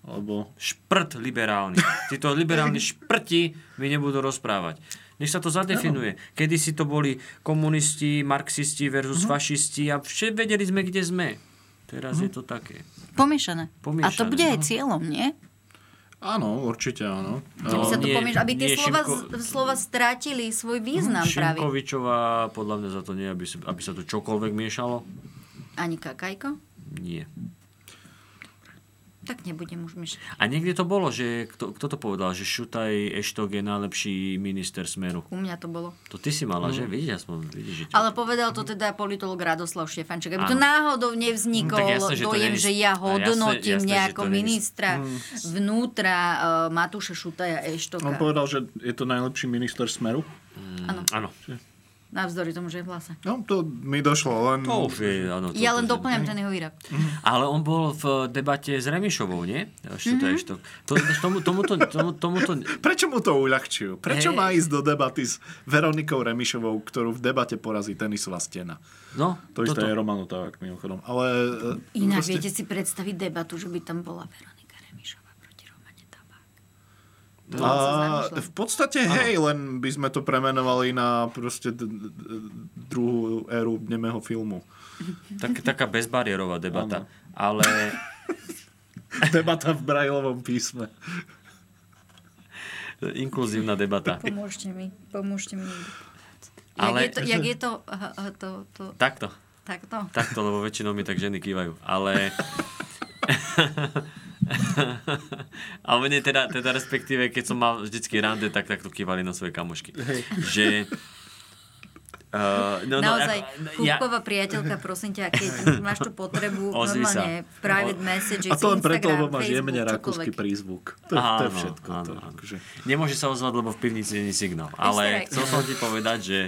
B: Alebo
C: šprt liberálny. Títo liberálni šprti mi nebudú rozprávať. Nech sa to zadefinuje. Kedy si to boli komunisti, marxisti versus fašisti a všetci vedeli sme, kde sme. Teraz je to také.
A: Pomiešané. A to
C: Pomiešané,
A: bude aj
C: no.
A: cieľom, nie?
B: Áno, určite áno. E,
A: Keby
C: No,
A: sa to
C: nie-
A: pomieš, aby tie
C: nie
A: slova,
C: Šimko- Mhm,
A: slova strátili svoj význam práve.
C: Šimkovičová podľa mňa za to nie, aby, si, aby sa to čokoľvek miešalo.
A: Ani kakajko?
C: Nie.
A: Tak nebudem už myšľať.
C: A niekde to bolo, že kto, kto to povedal, že Šutaj Eštok je najlepší minister Smeru.
A: U mňa to bolo.
C: To ty si mala, že? Vidíš, ja som, vidíš, že to...
A: Mm. Ale povedal to teda politolog Radoslav Štefanček. Aby to
C: Áno. Mhm,
A: náhodou nevznikol
C: Tak jasné, že to
A: dojem,
C: není-
A: že ja
C: a jasné-
A: hodnotím
C: jasné, že
A: nejako
C: to Mhm. není-
A: ministra vnútra uh, Matúša Šutaja
B: On
A: Eštoka.
B: povedal, že je to najlepší minister Smeru.
C: Áno.
B: Mhm.
A: Navzdory tomu, že je v hlase.
B: No, to mi došlo, len...
C: To už je, Mhm. áno. To,
A: Ja
C: to-
A: len
C: to-
A: doplňam ten jeho výrok.
C: Ale on bol v debate s Remišovou, nie?
A: Mhm.
C: Šutaj Eštok. To, tomu, tomuto, tomu, tomuto,
B: Prečo mu to uľahčujú? Prečo
C: Hej.
B: má ísť do debaty s Veronikou Remišovou, ktorú v debate porazí tenisová stena?
C: no,
B: To isté
C: toto.
B: je Romano Tavak, mimochodom. Ale e,
A: Inak
B: proste-
A: viete si predstaviť debatu, že by tam bola Veronika Remišová proti Romane Tabák. To len No. sa
B: a,
A: zamýšľam.
B: v podstate, hej, len by sme to premenovali na proste d- d- d- druhú éru nemého filmu.
C: Tak, taká bezbariérová debata. Ale
B: Debata v Brajlovom písme.
C: inkluzívna debata.
A: Pomôžte mi, pomôžte mi. Ale... Jak
C: Ale-
A: je to, jak je to, aha, aha, to, to
C: Takto.
A: takto?
C: Takto, lebo väčšinou mi tak ženy kývajú. Ale... Ale nie, teda, teda respektíve, keď som mal vždycky rande, tak takto kývali na svoje kamošky. Že... Uh, no,
A: Naozaj,
C: no, ako, ja,
A: Kupková priateľka, prosím ťa, keď máš tú potrebu,
C: Ozvi sa.
A: normálne private message,
B: A to len preto, lebo máš jemne
A: Facebook,
B: rakúsky
A: čokoľvek.
B: prízvuk. To, je- to je
C: Áno,
B: všetko.
C: áno,
B: to,
C: áno.
B: akože.
C: Nemôže sa ozvať, lebo v pivnici není signál. Ale
A: Ešte aj.
C: chcel som ti povedať, že,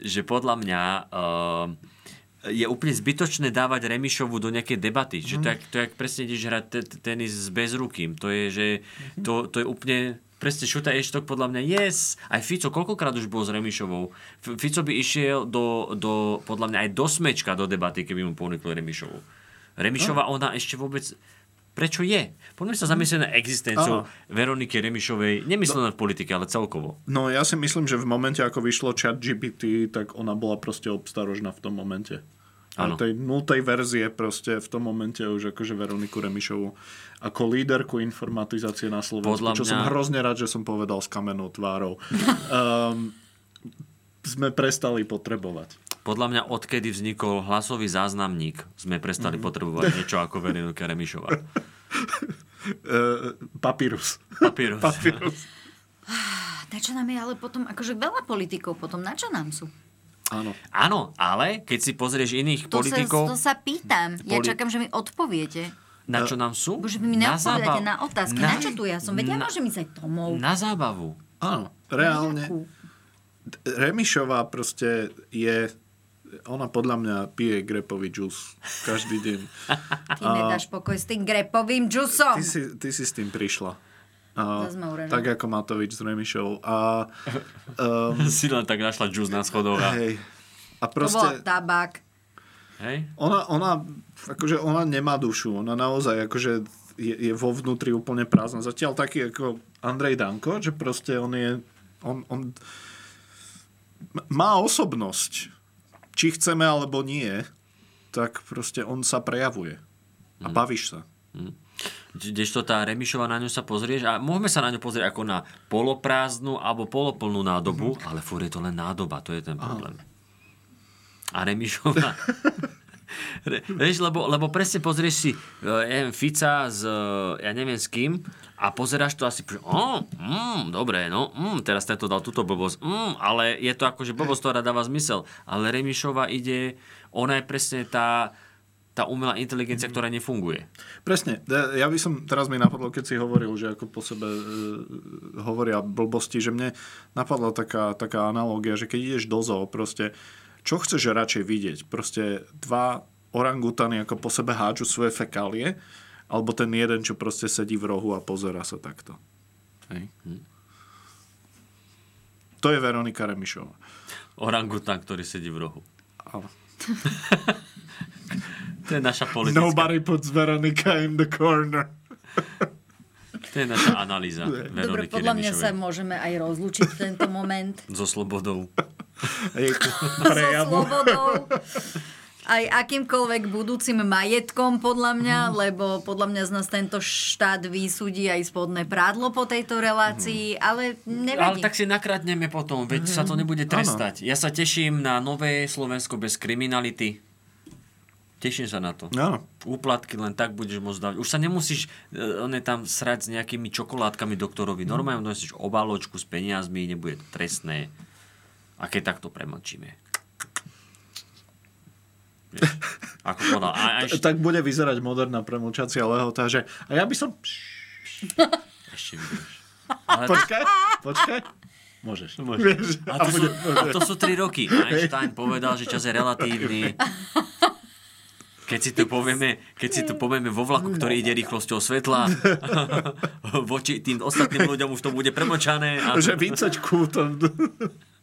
C: že podľa mňa uh, je úplne zbytočné dávať Remišovu do nejakej debaty. Že to, jak, to jak presne ideš hrať te, te- tenis s bezrukým. To je, že to, to je úplne presne Šuta Eštok podľa mňa yes. Aj Fico koľkokrát už bol s Remišovou. F- Fico by išiel do, do, podľa mňa aj do smečka do debaty, keby mu ponúkli Remišovu. Remišova ona ešte vôbec Prečo je? Poďme sa zamyslieť na existenciu
B: Áno.
C: Veroniky Remišovej, nemyslím len v politike, ale celkovo.
B: No ja si myslím, že v momente, ako vyšlo chat GPT, tak ona bola proste obstarožná v tom momente. Ano.
C: Áno.
B: tej nultej verzie proste v tom momente už akože Veroniku Remišovu ako líderku informatizácie na Slovensku,
C: Podľa
B: čo
C: mňa-
B: som hrozne rád, že som povedal s kamenou tvárou, um, sme prestali potrebovať.
C: Podľa mňa, odkedy vznikol hlasový záznamník, sme
B: Mhm.
C: prestali potrebovať niečo ako Veronika Remišová.
B: Uh, papírus.
C: Papírus.
B: papírus.
A: Na čo nám je ale potom, akože veľa politikov potom, na čo nám sú?
B: Áno.
C: Áno, ale keď si pozrieš iných
A: To, sa,
C: politikov,
A: to sa pýtam. Ja
C: Poli-
A: čakám, že mi odpoviete.
B: No.
C: na čo nám sú?
A: Bože, vy mi neodpovedáte
C: zábav-
A: na otázky. Na, čo tu ja som? Veď ja môžem ísť aj domov.
C: Na zábavu.
B: Áno, reálne.
A: Jakú?
B: Remišová proste je ona podľa mňa pije grepový džús každý deň.
A: Ty nedáš pokoj s tým grepovým džusom.
B: Ty si, ty si s tým prišla.
A: To sme urené.
B: tak ako Matovič s Remišou. A, um,
C: si len tak našla džús na schodov a...
B: hej. A
A: To bol
B: proste,
A: tabak.
C: Hej?
B: ona, ona, akože ona nemá dušu. Ona naozaj akože je, je vo vnútri úplne prázdna. Zatiaľ taký ako Andrej Danko, že proste on je... On, on m- má osobnosť. Či chceme alebo nie, tak proste on sa prejavuje. A bavíš sa.
C: Kdežto tá Remišova na ňu sa pozrieš a môžeme sa na ňu pozrieť ako na poloprázdnu alebo poloplnú nádobu, ale fúr je to len nádoba, to je ten problém. A Remišova... Re- Vieš, lebo, lebo presne pozrieš si eh, ja neviem, Fica s eh, ja neviem s kým a pozeráš to asi že, oh, mm, dobre, no mm, teraz tento dal túto blbosť, mm, ale je to akože blbosť, ktorá dáva zmysel. Ale Remišova ide, ona je presne tá, tá umelá inteligencia, ktorá nefunguje.
B: Presne. Ja- Ja by som, teraz mi napadlo, keď si hovoril, že ako po sebe e, hovoria blbosti, že mne napadla taká, taká analogia, že keď ideš do zoo, proste, čo chceš radšej vidieť? Proste dva orangutany ako po sebe hádžu svoje fekálie, alebo ten jeden, čo proste sedí v rohu a pozera sa takto. Hej.
C: Hm?
B: To je Veronika Remišová.
C: Orangutan, ktorý sedí v rohu.
B: Áno.
C: To je naša politická,
B: Nobody puts Veronika in the corner.
C: to je naša analýza
A: Dobre,
C: Veroniky
A: podľa mňa sa
C: Remišovej.
A: môžeme aj rozlúčiť v tento moment.
C: So slobodou.
B: Jej
A: So
B: prejavu.
A: slobodou. Aj akýmkoľvek budúcim majetkom, podľa mňa,
C: Mhm.
A: lebo podľa mňa z nás tento štát vysúdi aj spodné prádlo po tejto relácii, ale
C: Mhm. Ale
A: nevadí.
C: tak si nakradneme potom, veď sa to nebude trestať. Ja sa teším na nové Slovensko bez kriminality. Teším sa na to.
B: Áno.
C: Úplatky len tak budeš môcť dávať. Už sa nemusíš e, one tam srať s nejakými čokoládkami doktorovi. Normálne nosiš obaločku s peniazmi, nebude trestné. A keď takto premlčíme. Vieš, ako povedal Einstein.
B: tak bude vyzerať moderná premlčacia lehota, že a ja by som...
C: Ešte vydrž. Ale to,
B: Počkaj, počkaj. Môžeš. Môžeš.
C: a, to sú, a to sú 3 roky. Einstein povedal, že čas je relatívny. Keď si to povieme, keď si to povieme vo vlaku, ktorý ide rýchlosťou svetla, voči tým ostatným ľuďom už to bude premočané. A...
B: Že výcačku, to, to,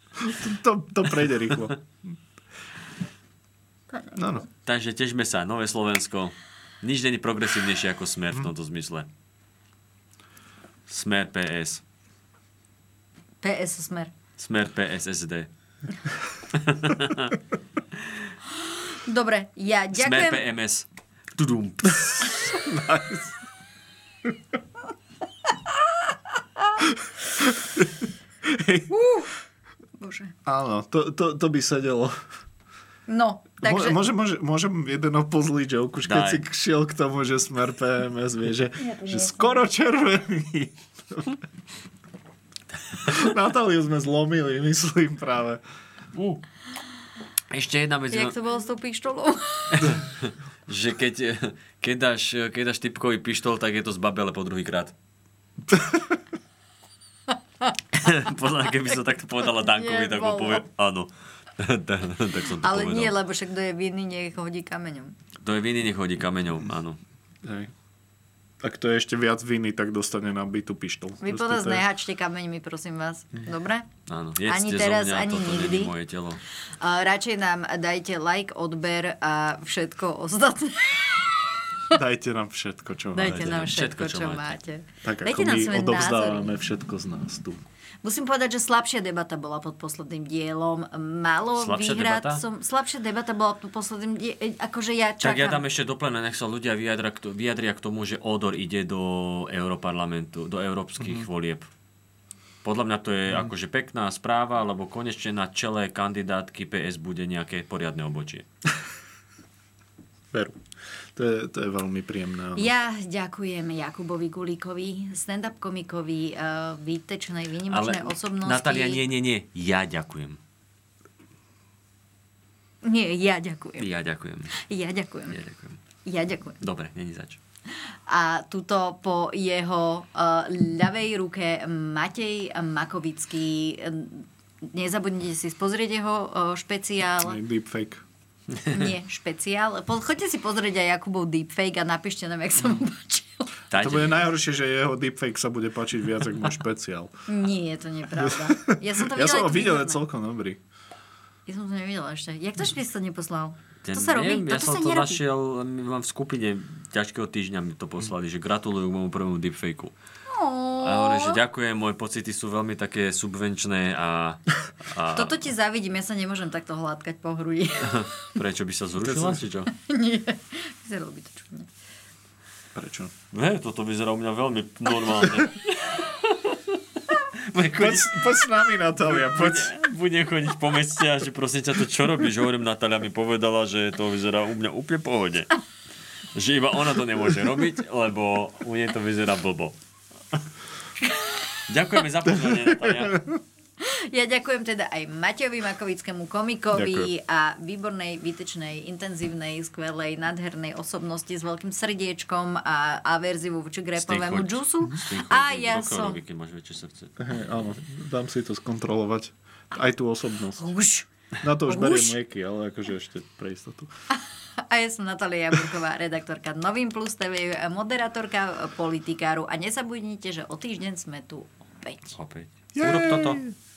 B: to, to prejde rýchlo. No, no.
C: Takže težme sa, Nové Slovensko. Nič není progresívnejšie ako smer v tomto zmysle. Smer PS.
A: PS smer.
C: Smer PSSD.
A: Dobre, ja
C: Smer
A: ďakujem.
C: PMS. Tudum.
A: Bože.
B: Áno, to, to, to by sedelo.
A: No, takže...
B: Takže... Môžem, môžem, môžem jeden opozlý joke, už keď
C: Daj.
B: si šiel k tomu, že smer PMS vie, že, že skoro červený. Natáliu sme zlomili, myslím práve.
C: Ešte jedna vec. no.
A: Jak to bolo s tou pištolou?
C: že keď, keď, dáš, keď dáš typkový pištol, tak je to zbabele po druhýkrát. Podľa mňa, keby som takto povedala Dankovi, tak mu
A: Nebolo.
C: povie, áno. tak, tak som to
A: Ale
C: povedal.
A: nie, lebo však kto je vinný, nech hodí kameňom.
C: To je viny, nech hodí kameňom, áno.
B: Hej. Ak to je ešte viac viny, tak dostane nabitú pištol.
A: Vy po
B: Proste
A: nás
B: to je-
A: nehačte kameňmi, prosím vás.
C: Mhm.
A: Dobre?
C: áno.
A: Ani
C: Jedzte zo
A: teraz,
C: mňa,
A: ani
C: toto není
A: nikdy.
C: moje telo.
A: A radšej nám dajte like, odber a všetko ostatné.
B: Dajte nám všetko, čo
A: Dajte
B: máte.
A: nám všetko, čo máte.
B: Tak
A: Dajte
B: ako
A: nám
B: my
A: svoje názory.
B: odovzdávame všetko z nás tu.
A: Musím povedať, že slabšia debata bola pod posledným dielom. Malo
C: Slabšia
A: výhrad
C: debata?
A: som... Slabšia debata bola pod posledným dielom. Akože ja čakám.
C: Tak ja dám ešte doplne, nech sa ľudia vyjadra k to- vyjadria k tomu, že Odor ide do Európarlamentu, do
A: Mhm.
C: európskych volieb. Podľa mňa to je akože pekná správa, lebo konečne na čele kandidátky PS bude nejaké poriadne obočie.
B: Veru. To je, to je veľmi príjemné. áno.
A: Ja ďakujem Jakubovi Gulíkovi, stand-up komikovi, uh, výtečnej, výnimočnej osobnosti.
C: Natália, nie, nie, nie. Ja ďakujem.
A: Nie, ja ďakujem.
C: Ja ďakujem.
A: Ja ďakujem.
C: Ja ďakujem.
A: Ja ďakujem.
C: Dobre, není zač.
A: A tuto po e, jeho uh, ľavej ruke Matej Makovický, eh, Nezabudnite si pozrieť jeho o, špeciál.
B: Deepfake.
A: Nie, špeciál. Po- Choďte si pozrieť aj Jakubov deepfake a napíšte nám, jak sa mu páčil.
C: Dajte
B: To bude
C: mi.
B: najhoršie, že jeho deepfake sa bude páčiť viac, ako môj špeciál.
A: Nie, to nie je pravda. Ja som to
B: Ja som ho videl,
A: aj
B: je celkom dobrý.
A: Ja som to nevidela ešte. Jak to ešte si to neposlal?
C: Ja
A: to sa robí,
C: neviem, ja
A: toto sa
C: som to
A: nerobí.
C: našiel, my mám v skupine ťažkého týždňa mi to poslali, že gratulujú k môjmu prvému deepfakeu. A ja hovorím, že ďakujem, moje pocity sú veľmi také subvenčné a, a
A: Toto ti zavidím, ja sa nemôžem takto hladkať po hrudi.
C: prečo by sa zrušila, či čo?
A: Nie, vyzeralo by to čudne.
B: Prečo?
C: Ne, toto vyzerá u mňa veľmi normálne. Bude
B: Poď,
C: chodiť-
B: poď s nami, Natália, poď.
C: Budem chodiť po meste a že prosím ťa to čo robíš? Hovorím, Natália mi povedala, že to vyzerá u mňa úplne v pohode. Že iba ona to nemôže robiť, lebo u nej to vyzerá blbo. Ďakujeme za pozvanie, Natália.
A: Ja ďakujem teda aj Matejovi Makovickému komikovi a výbornej, výtečnej, intenzívnej, skvelej, nádhernej osobnosti s veľkým srdiečkom a averzivou voči grepovému
C: choď.
A: džusu.
C: S tým
A: A
C: chodí
A: ja
C: do
A: som...
C: Koroviky, máš väčšie srdce.
B: Hej, áno, dám si to skontrolovať. Aj tú osobnosť.
A: Už.
B: Na to už
A: Už?
B: beriem lieky, ale akože ešte pre istotu.
A: A ja som Natália Jaburková, redaktorka Novým Plus TV, e, moderatorka politikáru. A nezabudnite, že o týždeň sme tu opäť.
C: Opäť. Urob toto.